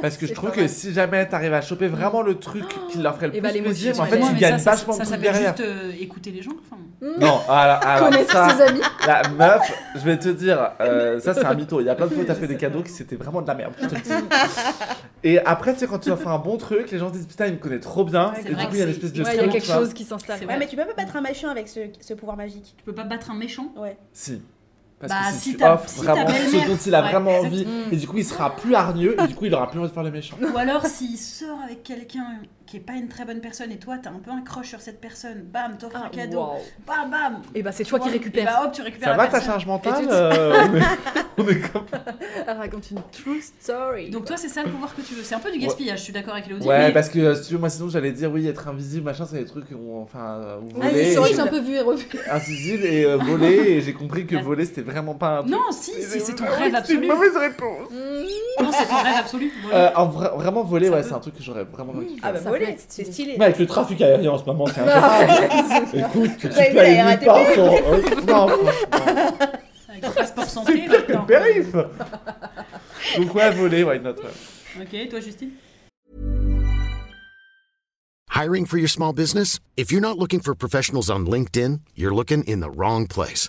E: Parce que je
C: C'est
E: trouve
C: pas
E: que
C: mal.
E: si jamais t'arrives à choper vraiment le truc qui leur ferait le
C: Eh
E: plus
C: ben, l'émotion,
E: plaisir,
C: ouais.
E: mais en fait,
A: Ouais,
E: tu
A: mais
E: gagnes
A: ça,
E: vachement
A: ça
E: de trucs
A: s'appelle
E: derrière.
A: juste euh, écouter les gens. enfin.
E: Non, alors, alors,
C: Connaître
E: Ah ça,
C: ses amis.
E: la meuf, je vais te dire, euh, ça c'est un mytho. Il y a plein de fois où t'as fait des cadeaux qui c'était vraiment de la merde. je te le dis. Et après, tu sais, quand tu offres un bon truc, les gens se disent putain, il me connaît trop bien.
A: Ouais, c'est
E: Et du
A: vrai
E: coup,
A: que
E: il y a une
A: c'est-
E: espèce de
C: Ouais, il y a
E: flou,
C: quelque
E: tu vois.
C: chose qui s'installe.
A: C'est
D: Ouais,
A: vrai.
D: mais tu peux pas battre un machin avec ce, ce pouvoir magique.
A: Tu peux pas battre un méchant.
D: Ouais.
E: Si. Parce
A: Bah,
E: que si,
A: si
E: tu
A: ta-
E: offres
A: si ta
E: vraiment ce
A: belle-mère-
E: dont il a
A: Ouais, Mm.
E: vraiment envie,
C: exactement.
E: et du coup, il sera plus hargneux, et du coup, il aura plus envie de faire le méchant.
A: Ou alors, s'il sort avec quelqu'un qui est pas une très bonne personne et toi, t'as un peu un crush sur cette personne, bam, t'offres
C: Ah,
A: un cadeau, bam, bam.
C: Et bah c'est toi qui
A: vois, et
C: récupères.
A: bah, hop, tu récupères
E: Ça
A: la
E: va ta
A: personne.
E: charge mentale
C: Et tu te-
E: euh, on, est... on est comme.
C: Elle raconte une true story.
A: oh. Donc, toi, c'est ça le pouvoir que tu veux. C'est un peu du gaspillage, je suis d'accord avec Elodie.
E: Ouais,
A: mais
E: parce que euh, si tu veux, moi sinon j'allais dire oui, être invisible, machin, c'est des trucs où on, enfin, euh, où
C: Ah,
E: voler,
C: si,
D: oui,
C: si,
E: et-
C: j'ai un peu vu et revu.
E: invisible et euh, voler, et j'ai compris que
A: Ouais.
E: voler c'était vraiment pas un truc.
A: Non, si, si, c'est ton
E: Oui,
A: rêve absolu.
E: C'est une mauvaise réponse.
A: Non, c'est ton rêve absolu.
E: Euh,
A: Voilà.
E: en vra- vraiment voler,
A: Ça
E: ouais,
A: peut. Mm.
E: c'est un truc que j'aurais vraiment envie de faire.
D: Ah bah
C: Ça peut
D: voilà,
C: être
D: c'est
C: stylé.
D: stylé.
E: Bah,
G: Mais avec le trafic aérien en ce moment, c'est un peu Écoute, tu peux
D: avez vu la
G: aller nulle
D: RATP?
G: part sans. euh,
E: Oh,
G: Non, franchement.
A: Avec le passeport santé.
G: C'est pire que
A: maintenant.
G: le périph'.
E: Donc, ouais, voler, why not, ouais.
A: Ok, toi, Justine
B: Hiring for your small business? If you're not looking for professionals on LinkedIn, you're looking in the wrong place.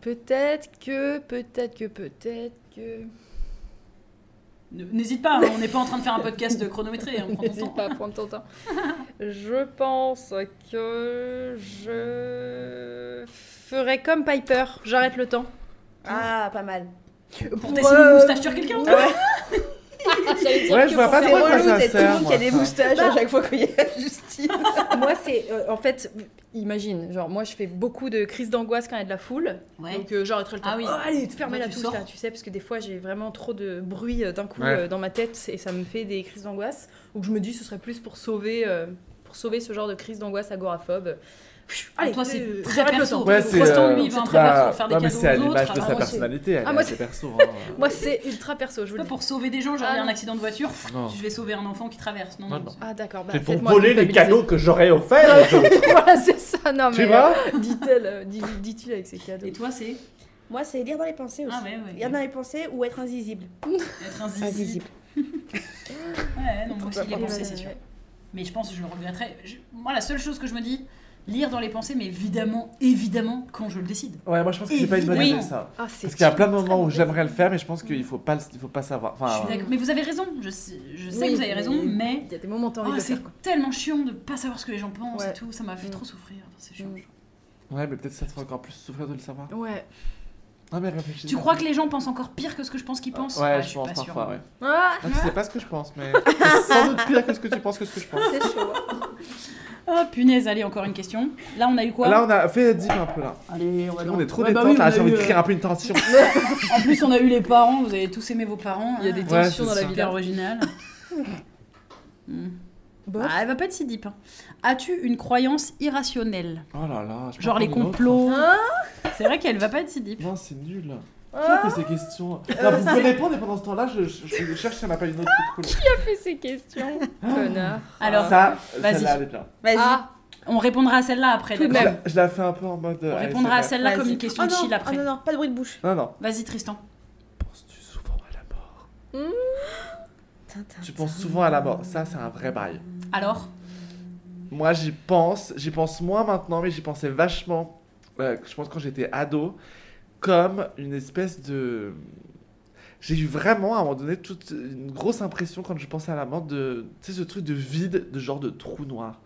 C: Peut-être que, peut-être que, peut-être que.
A: Ne- N'hésite pas, hein, on n'est pas en train de faire un podcast chronométré, hein, on prend ton temps.
C: N'hésite pas à prendre ton temps. je pense que je ferai comme Piper. J'arrête le temps.
D: Ah, pas mal.
A: Pour dessiner une moustache sur quelqu'un
D: Ah ouais.
A: J'allais dire
H: euh, Ouais,
A: que
H: je vois
A: pour
H: pas
A: faire-
D: C'est
H: pourquoi
D: relou,
H: ça
D: c'est tout
H: sert,
D: le monde qui a
H: moi,
D: des
H: ça.
D: moustaches à chaque fois qu'il y a Justine.
C: moi, c'est. euh, en fait, imagine, genre, moi, je fais beaucoup de crises d'angoisse quand il y a de la foule.
I: Ouais.
C: Donc, euh, genre, être le temps.
I: Ah oui.
C: Oh, allez, te fermer
A: Bah,
I: Là,
C: la
I: tu
C: touche,
I: sors.
C: là, tu sais, parce que des fois, j'ai vraiment trop de bruit euh, d'un coup
E: Ouais.
C: euh, dans ma tête et ça me fait des crises d'angoisse. Ou que je me dis, ce serait plus pour sauver, euh, pour sauver ce genre de crise d'angoisse agoraphobe. Pfiou,
A: Ah, toi, c'est
C: euh,
A: très
C: j'arrête le
A: perso.
C: temps.
A: Ouais,
C: Trois temps,
A: euh,
C: lui,
A: il va un peu
E: bah,
A: perso, faire des
E: non, mais
A: cadeaux
E: c'est à
A: aux
E: l'image
A: autres.
E: de
A: Ah,
E: sa
A: moi, c'est-
E: personnalité, elle
C: Ah,
E: est
C: moi,
E: assez
C: c'est-
E: perso.
C: Moi, c'est ultra perso, je vous
A: Pas
C: le dis.
A: pour sauver des gens, genre
C: Ah,
A: il y a un
C: non.
A: accident de voiture,
E: hein. Non.
A: je vais sauver un enfant qui traverse. Non,
E: Non,
A: non,
E: non.
A: c'est-
C: Ah, d'accord. Bah,
H: C'est pour
C: faites-moi
H: voler les
C: culpabiliser.
H: cadeaux que j'aurais offerts aux autres.
C: voilà, c'est ça, non, mais.
H: Tu vois
C: euh, Dit-elle, euh, dit- dit-il avec ses cadeaux.
A: Et toi, c'est
D: Moi, c'est lire dans les pensées aussi.
A: Ah ouais, ouais.
D: Lire dans les pensées ou être invisible.
A: être invisible. Ouais, non, moi aussi, les
C: Et
A: pensées,
C: ouais,
A: c'est
C: ouais,
A: sûr.
C: ouais.
A: Mais je pense que je le regretterais. Je- Moi, la seule chose que je me dis, lire dans les pensées, mais évidemment, évidemment, quand je le décide.
E: Ouais, moi je pense que c'est pas une bonne
A: Oui.
E: idée ça.
C: Ah, c'est
E: Parce qu'il y a plein de
C: très
E: moments où
C: mauvais.
E: j'aimerais le faire, mais je pense qu'il faut pas, le- il faut pas savoir.
A: Je
E: Enfin,
A: suis d'accord. Mais vous avez raison, je sais, je sais
C: Ah, Oui,
A: que vous avez raison, mais.
C: Il y a des moments où t'as envie
A: Ah,
C: de le
A: c'est
C: faire, quoi.
A: tellement chiant de pas savoir ce que les gens pensent
C: Ouais.
A: et tout, ça m'a fait
C: Mm.
A: trop souffrir. Enfin, c'est chiant.
C: Mm.
E: ouais, mais peut-être ça te fera encore plus souffrir de le savoir.
C: Ouais.
E: Non, mais réfléchis.
A: Tu crois que les gens pensent encore pire que ce que je pense qu'ils pensent
E: Ouais,
A: Ah,
E: je, pense
A: pas sûre. Hein
E: parfois, ouais.
C: Ah,
E: Ah, tu sais pas ce que je pense, mais c'est sans doute pire que ce que tu penses que ce que je pense.
C: c'est chaud. hein.
A: Oh punaise, allez, encore une question. Là, on a eu quoi
E: Là, on a fait deep un peu là.
A: Allez, on va
E: on
A: dans-
E: est trop
A: Ah Ouais, bah
E: détente,
A: oui, on
E: là,
A: a
E: j'ai envie
A: eu,
E: de
A: euh,
E: créer un peu une tension.
A: En plus, on a eu les parents, vous avez tous aimé vos parents.
C: Il y a des
A: Ah,
C: tensions
E: c'est
C: dans la
E: ça.
C: vie.
A: hyper
C: là.
A: original. Hmm.
C: Bof.
A: Ah, elle va pas être si deep. hein. As-tu une croyance irrationnelle
E: Oh là là. je
A: Genre
E: m'en
A: les
E: prends une autre.
A: complots
C: Hein
A: C'est vrai qu'elle va pas être si deep.
E: Non, c'est nul. Qui a fait ces questions Non, Vous pouvez répondre et pendant ce temps-là, je, je, je cherche si elle m'a pas une autre truc cool.
C: Fais ces questions. Connard.
A: Alors,
E: ça,
A: vas-y.
E: celle-là, elle est bien.
D: Vas-y.
C: Ah,
A: on répondra à celle-là après.
C: Tout de Ah
A: d'accord
C: même.
E: Je la fais un peu en mode. euh,
A: On répondra à celle-là comme une question
D: Oh
A: de
D: non,
A: chill après.
D: oh non, non, pas de bruit de bouche.
E: Non, non.
A: Vas-y, Tristan.
E: Penses-tu souvent à la mort
D: Tintin.
E: Tu penses souvent à la mort. Ça, c'est un vrai bail.
A: Alors
E: Moi, j'y pense. J'y pense moins maintenant, mais j'y pensais vachement. euh, je pense quand j'étais ado, comme une espèce de. J'ai eu vraiment à un moment donné toute une grosse impression quand je pensais à la mort de. Tu sais, ce truc de vide, de genre de trou noir.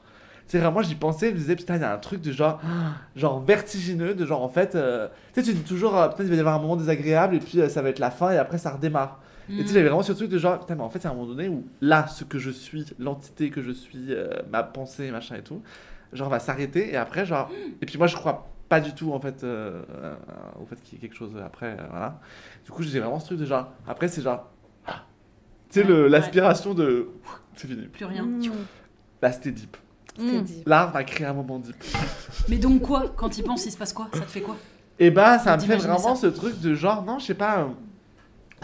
E: C'est vraiment, j'y pensais, je me disais, putain, il y a un truc de genre, genre vertigineux, de genre en fait, euh, tu sais, tu dis toujours, euh, putain, il va y avoir un moment désagréable, et puis euh, ça va être la fin, et après ça redémarre. Et tu
A: Mm. Hmm.
E: sais, j'avais vraiment ce truc de genre, putain, mais en fait, il y a un moment donné où là, ce que je suis, l'entité que je suis, euh, ma pensée, machin et tout, genre va s'arrêter et après, genre.
A: Mm.
E: Et puis moi, je crois pas du tout en fait euh, euh, au fait qu'il y ait quelque chose après, euh, voilà. Du coup, j'ai vraiment ce truc de genre, après, c'est genre. ah. Tu sais, le-
A: Ouais.
E: l'aspiration de. C'est fini.
A: Plus rien.
C: Hmm.
E: Là, c'était deep.
C: mm.
E: Là, on a créé un moment deep.
A: Mais donc quoi Quand il pense, il se passe quoi Ça te fait quoi
E: Et bah, ça me fait
A: D'imaginer
E: vraiment
A: ça.
E: ce truc de genre, non, je sais pas, euh,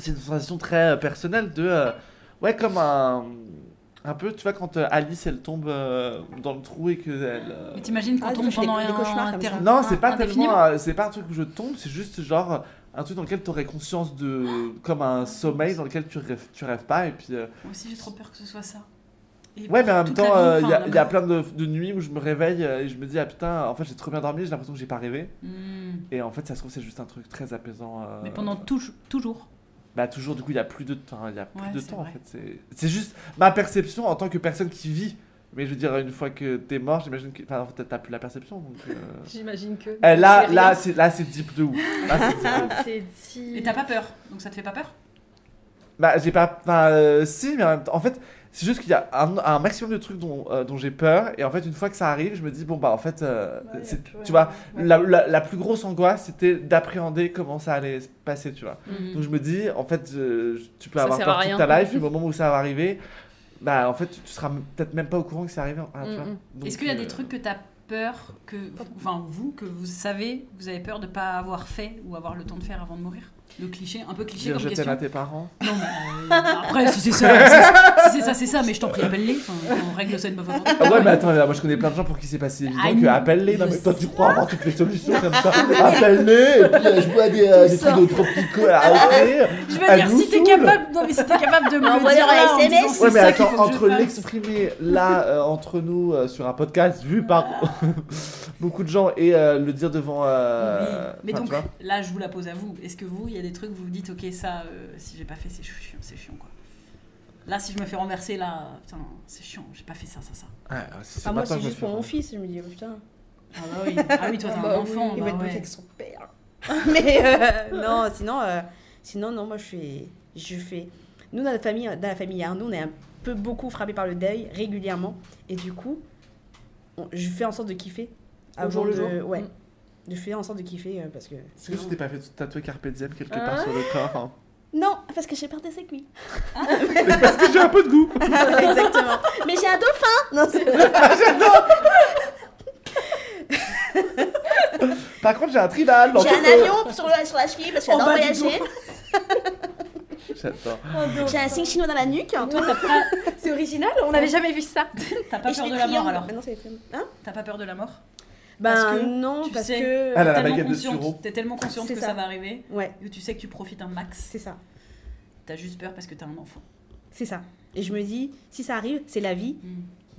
E: c'est une sensation très euh, personnelle de. euh, ouais, comme un. Un peu, tu vois, quand euh, Alice elle tombe euh, dans le trou et que elle. euh,
A: Mais t'imagines qu'on
D: Ah,
A: tombe
D: des-
A: pendant
D: des
A: un,
D: cauchemars
A: un
D: comme
A: terrain.
D: ça.
E: Non, c'est pas
A: indéfiniment.
E: tellement. euh, C'est pas un truc où je tombe, c'est juste genre euh, un truc dans lequel t'aurais conscience de. Comme un sommeil dans lequel tu rêves, tu rêves pas et puis. euh,
A: Moi aussi, j'ai trop peur que ce soit ça. Et
E: Ouais, mais en même
A: toute
E: temps,
A: la
E: euh,
A: vie,
E: il y,
A: enfin,
E: a-
A: la
E: y a
A: mort.
E: plein de, de nuits où je me réveille euh, et je me dis, ah putain, en fait j'ai trop bien dormi, j'ai l'impression que j'ai pas rêvé.
A: Hmm.
E: Et en fait, ça se trouve, c'est juste un truc très apaisant. euh,
A: Mais pendant touj- toujours.
E: Bah toujours du coup il y a plus de temps, il y a plus
A: Ouais,
E: de
A: c'est
E: temps en
A: vrai.
E: fait. C'est- C'est juste ma perception en tant que personne qui vit. Mais je veux dire une fois que t'es mort, j'imagine que enfin en fait, t'as plus la perception donc. euh,
C: J'imagine que.
E: eh, là
C: C'est
E: là
C: rien.
E: c'est là c'est deep de ouf. Là, c'est deep de ouf.
C: Ah, c'est
D: Hmm.
C: dit.
A: Et t'as pas peur, donc ça te fait pas peur
E: bah j'ai pas enfin euh, si mais en même temps en fait c'est juste qu'il y a un, un maximum de trucs dont euh, dont j'ai peur et en fait une fois que ça arrive je me dis bon bah en fait euh,
C: Ouais, y a
E: c'est-
C: plus rien.
E: tu vois
C: Ouais.
E: la, la- la plus grosse angoisse c'était d'appréhender comment ça allait se passer tu vois.
D: Hmm.
A: Hmm.
E: Donc je me dis, en fait, euh, tu peux
C: Ça
E: avoir
C: sert
E: peur
C: à
E: toute
C: rien.
E: ta life, et au moment où ça va arriver, bah en fait, tu seras m- peut-être même pas au courant que c'est arrivé. Ah, tu vois.
C: Mm, mm.
E: Donc,
A: Est-ce qu'il y a
E: euh,
A: des trucs que t'as peur que, enfin vous, que vous savez, vous avez peur de pas avoir fait ou avoir le temps de faire avant de mourir Le cliché, un peu cliché
E: Dire
A: comme
E: je t'aime à
A: question.
E: tes parents.
A: Non, mais, euh, après, si c'est ça, c'est- si c'est ça, c'est ça. Mais je t'en prie, appelle-les. Enfin, on règle ça de ma façon.
E: Ah ouais, mais attends, là, moi je connais plein de gens pour qui c'est pas si évident
A: Ah,
E: que
A: non,
E: appelle-les. Non,
A: je
E: mais toi tu crois avoir toutes les solutions comme ça. appelle-les, et puis euh, je bois des, euh, des trucs de tropicaux à la récré.
A: Je veux
E: Elle
A: dire,
E: nous
A: si t'es
E: saoule.
A: capable, non, mais si t'es capable de me le dire
D: Envoie-leur un
A: là, en
D: SMS.
A: disant, c'est
E: Ouais, mais
A: ça qu'il
E: attends,
A: faut que
E: entre
A: je fasse.
E: l'exprimer là, euh, entre nous, euh, sur un podcast vu par beaucoup de gens et euh, le dire devant. euh,
A: Oui, Mais
E: enfin,
A: donc
E: tu vois.
A: là, je vous la pose à vous. Est-ce que vous, il y a des trucs où vous vous dites, ok, ça, euh, si j'ai pas fait, c'est chiant, c'est chiant quoi. Là, si je me fais renverser, là, putain, c'est chiant, j'ai pas fait ça, ça, ça.
E: Ouais, c'est
D: Ah, moi,
E: maintenant
D: c'est
E: que je
D: juste
E: me
D: pour
E: fais-
D: mon fils. Je me dis, oh, putain,
A: Ah bah oui, ah oui toi, t'as un enfant,
D: il
A: bah
D: va être
A: ouais.
D: bête avec son père. Mais euh, non, sinon, euh, sinon, non, moi, je fais. Je fais. Nous, dans la famille, dans la famille Arnaud, on est un peu beaucoup frappé par le deuil régulièrement. Et du coup, on- je fais en sorte de kiffer.
C: Au
D: avant
C: jour le
D: de-
C: jour.
D: Ouais.
C: Mm.
D: De faire en sorte de kiffer euh, parce que.
E: Est-ce que tu t'es pas fait tatouer Carpe Diem quelque
A: Ah.
E: part sur le corps hein
D: Non, parce que j'ai peur des aiguilles.
E: Parce que j'ai un peu de goût
D: Exactement. Mais j'ai un dauphin Non, c'est-
E: Par contre, j'ai un tridal dans
D: J'ai
E: tout
D: un
E: le-
D: avion sur, la- sur la cheville parce que j'adore voyager.
E: J'adore.
D: J'ai un signe chinois dans la nuque.
C: C'est original, on n'avait jamais vu ça.
A: T'as pas
D: Et je
A: peur
D: fais
A: de la mort
D: triangle.
A: alors
D: Ah non, c'est les triangles. Hein
A: T'as pas peur de la mort
D: Ben
A: Parce que
D: non,
A: tu
D: parce
A: sais-
D: que.
E: Ah là, la
A: Tellement
E: baguette de
A: consciente-
E: suro.
A: T'es tellement consciente
D: C'est
A: que
D: ça.
A: ça va arriver.
D: Ouais,
A: que Tu sais que tu profites un max.
D: c'est ça.
A: T'as juste peur parce que t'as un enfant.
D: C'est ça. Et je me dis, si ça arrive, c'est la vie,
A: Mm.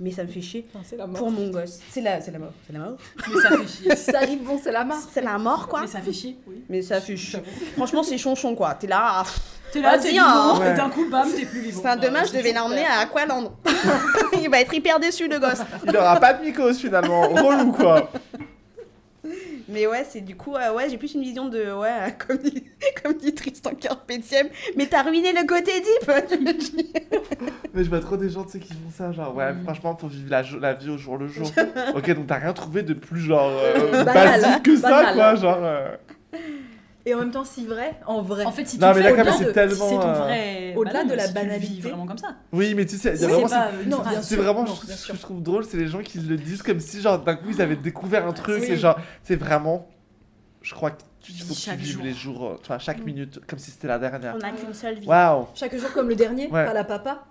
D: mais ça me fait chier
C: C'est la
D: pour mon gosse. C'est la, c'est la mort. C'est la mort.
A: Mais ça fait chier.
C: Si ça arrive, bon, c'est la mort.
D: Ah, C'est la mort, quoi.
A: Mais ça fait chier. Oui.
D: Mais ça fait chier. Franchement, c'est chonchon, quoi. T'es là. ah, pff,
A: T'es là,
D: Vas-y,
A: t'es
D: hein.
A: vivant,
E: Ouais.
A: et d'un coup, bam, t'es plus vivant.
D: C'est un
A: Bah,
D: dommage, je
A: c'est
D: devais
A: super.
D: l'emmener à Aqualand. Il va être hyper déçu, le gosse.
E: Il aura pas de mycose finalement, relou quoi
D: Mais ouais, c'est du coup, euh, ouais, j'ai plus une vision de, ouais, euh, comme dit, comme dit Tristan Carpe Diem, mais t'as ruiné le côté deep.
E: Mais je vois trop des gens tu sais, qui font ça, genre ouais,
A: Mm.
E: franchement, faut vivre la, jo- la vie au jour le jour. ok, donc t'as rien trouvé de plus genre euh,
C: Banal,
E: basique que ça
C: banal.
A: hein.
E: quoi, genre. euh.
C: Et en même temps, si vrai, en vrai.
A: En fait, si tu
E: Non,
A: le
E: mais
A: fais
E: d'accord,
A: au-delà
E: mais c'est
A: de-
E: tellement,
A: si c'est ton
E: euh,
A: vrai
C: au-delà
A: malade,
C: de la
A: si tu le vis
C: banalité.
A: vraiment comme ça.
E: Oui, mais tu sais, il y
A: C'est
E: a vraiment
A: pas une
C: Non,
A: phrase.
C: bien
E: Ah, C'est
C: sûr,
E: vraiment
C: non,
E: je-
C: bien
E: ce
C: sûr.
E: que je trouve drôle, c'est les gens qui le disent comme si, genre, d'un coup, ils avaient découvert un truc.
C: Oui.
E: C'est genre, c'est vraiment. Je crois que tu
A: Vis
E: faut que tu
A: chaque
E: vives
A: jour.
E: les jours, euh, enfin,
C: Mm.
E: chaque minute, comme si c'était la dernière.
D: On a qu'une seule vie.
E: Waouh,
C: Chaque jour comme le dernier,
E: Ouais.
C: à la papa.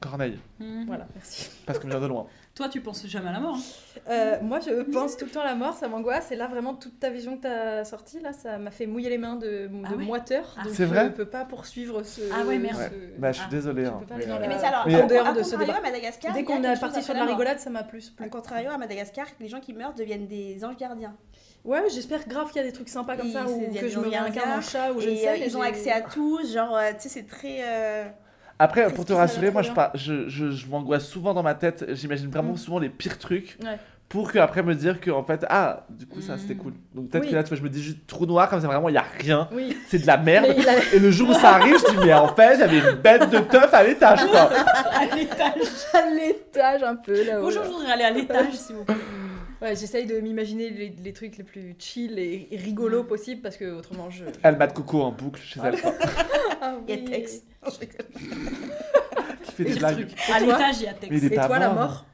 E: Corneille,
A: Mhm.
C: Voilà, merci.
E: parce qu'on vient de loin.
A: Toi, tu penses jamais à la mort. hein.
C: Euh, moi, je pense tout le temps à la mort, ça m'angoisse. Et là, vraiment, toute ta vision que t'as sortie, là, ça m'a fait mouiller les mains de, de
A: Ah ouais
C: moiteur.
A: Ah.
C: donc
E: C'est vrai
C: je peux pas poursuivre ce.
A: Ah ouais, merde. Ouais.
C: ce-
E: Bah, je suis
A: Ah,
E: désolé.
C: je
E: hein,
C: peux pas
E: mais,
C: aller dans
E: euh,
C: la-
D: Mais alors,
E: Mais-
D: en dehors
C: de ce débat.
D: à Madagascar,
C: Dès
D: il y a
C: qu'on
D: quelque
C: est
D: chose
C: parti
D: après
C: sur de
D: la
C: la
D: mort.
C: rigolade, ça m'a plus plu.
D: Au contrario, à Madagascar, les gens qui meurent deviennent des anges gardiens.
C: Ouais, j'espère grave qu'il y a des trucs sympas comme
D: Et
C: ça,
D: c'est-
C: ou
D: il y a
C: que
D: des
C: je me
D: orgasmes,
C: réincarne en chat, ou je ne
D: Et
C: sais
D: euh,
C: mais
D: ils ont
C: j'ai-
D: accès à tout, genre, euh, tu sais, c'est très. euh,
E: Après,
D: Qu'est-ce
E: pour te
D: qui se passe
E: rassurer, moi, je,
D: après
E: par- je, je, je m'angoisse souvent dans ma tête. J'imagine vraiment souvent les pires trucs.
C: Mm. Ouais.
E: Pour que après me dire que en fait ah du coup ça c'était
A: Mm.
E: cool donc peut-être
C: Oui.
E: que là tu vois je me dis juste trou noir comme ça vraiment il y a rien
C: Oui.
E: c'est de la merde
C: Mais il a-
E: Et le jour où ça arrive, je dis, mais en fait, j'avais une bête de teuf à l'étage, quoi.
A: À l'étage.
C: à l'étage un peu là-haut.
A: Bonjour, je voudrais aller à l'étage, s'il vous plaît.
C: Ouais, j'essaye de m'imaginer les, les trucs les plus chill et, et rigolos
D: Mm.
C: possible parce que autrement je.
E: Elle bat de coco en boucle chez elle, quoi,
C: Ah
D: Il y a Tex.
A: Oh,
D: Je rigole.
E: qui fait des
A: Pire
E: blagues.
A: truc. À l'étage, il y a
E: Mais il
A: texte.
E: est
C: Et
E: pas
C: toi, la
E: mort.
C: mort